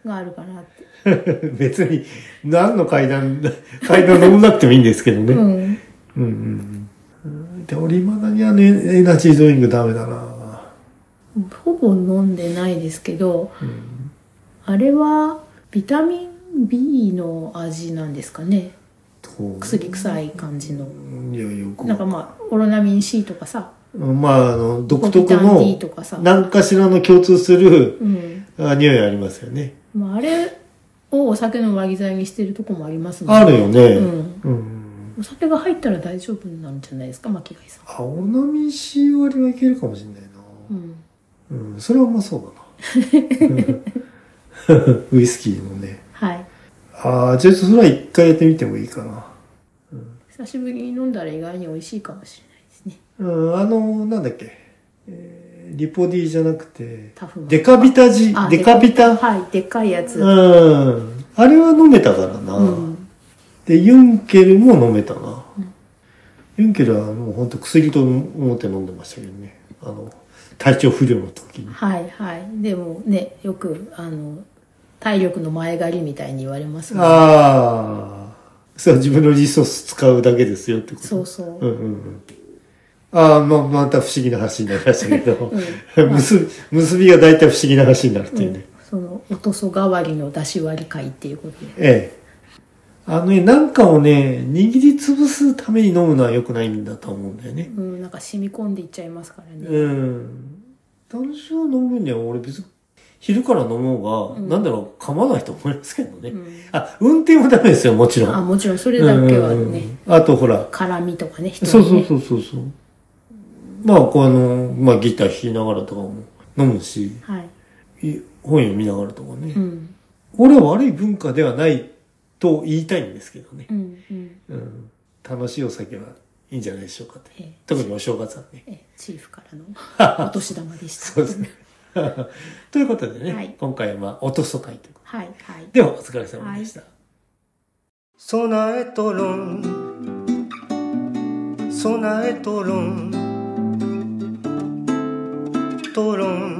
Speaker 2: があるかなって、
Speaker 1: 別に、何の階段、 階段飲んなくてもいいんですけどね。
Speaker 2: うん、
Speaker 1: うんうんうん。で、俺未だにあのエナジードリンクダメだな
Speaker 2: ほぼ飲んでないですけど、あれはビタミン B の味なんですかね
Speaker 1: と
Speaker 2: 薬臭い感じの
Speaker 1: いや、よく。
Speaker 2: なんかまあオロナミン C とかさ
Speaker 1: まあ、あの、独
Speaker 2: ビ
Speaker 1: 特
Speaker 2: タミン D
Speaker 1: の
Speaker 2: と、かさ、
Speaker 1: 何かしらの共通する
Speaker 2: うん
Speaker 1: あ匂いありますよね。
Speaker 2: まあ、あれをお酒の上着剤にしてるとこもありますもん
Speaker 1: あるよね。
Speaker 2: うん
Speaker 1: うん。
Speaker 2: お酒が入ったら大丈夫なんじゃないですか巻貝さん、
Speaker 1: 青波 C 割はいけるかもしれないな
Speaker 2: うん、
Speaker 1: うん、それはまあそうだな。うん ウイスキーもね。
Speaker 2: はい
Speaker 1: ああ、ちょっとそれは一回やってみてもいいかな。
Speaker 2: 久しぶりに飲んだら意外に美味しいかもしれないですね
Speaker 1: うん、あの、なんだっけ、えーリポ D じゃなくて、
Speaker 2: タフマン
Speaker 1: デカビタジ
Speaker 2: あ、
Speaker 1: デカビタ。
Speaker 2: はいでかいやつ、
Speaker 1: うん。あれは飲めたからな。
Speaker 2: うん
Speaker 1: で、ユンケルも飲めたな。ユンケルはもうほんと薬と思って飲んでましたけどね。あの、体調不良の時に。
Speaker 2: はいはいでもねよくあの体力の前借りみたいに言われますもんね
Speaker 1: ああ。そう、自分のリソース使うだけですよってこと。
Speaker 2: そうそう、
Speaker 1: うんうんうん。ああ、ま、また不思議な話になりましたけど、
Speaker 2: うん
Speaker 1: 結び結びが大体不思議な話になるっていうね。
Speaker 2: そのおとそ代わりの出し割り会っていうことで
Speaker 1: ええ。あのね、なんかをね、握りつぶすために飲むのは良くないんだと思うんだよね。
Speaker 2: うんなんか染み込んでいっちゃいますからね、
Speaker 1: うん。男子を飲むには俺別に昼から飲もうが、
Speaker 2: うん
Speaker 1: なんだろう、噛まないと思いますけどね。
Speaker 2: うん
Speaker 1: あ、運転はダメですよ、もちろん。
Speaker 2: あもちろんそれだけはね、
Speaker 1: うんうんうんあとほら、
Speaker 2: 辛みとかね人にね
Speaker 1: そうそうそうそうそう。まあ、こうあの、まあギター弾きながらとかも飲むし、
Speaker 2: はい、
Speaker 1: い本読みながらとかね。
Speaker 2: うん
Speaker 1: 俺は悪い文化ではないと言いたいんですけどね。
Speaker 2: うんうん
Speaker 1: うん。楽しいお酒はいいんじゃないでしょうかって。
Speaker 2: ええ
Speaker 1: 特にお正月はね。
Speaker 2: ええチーフ からのお年玉でした
Speaker 1: そうですね。 ということでね、
Speaker 2: はい
Speaker 1: 今回はまあ、おとそ会ということ
Speaker 2: はいはい
Speaker 1: で。では、お疲れ様でした。
Speaker 3: 備えとろん備えとろんとろん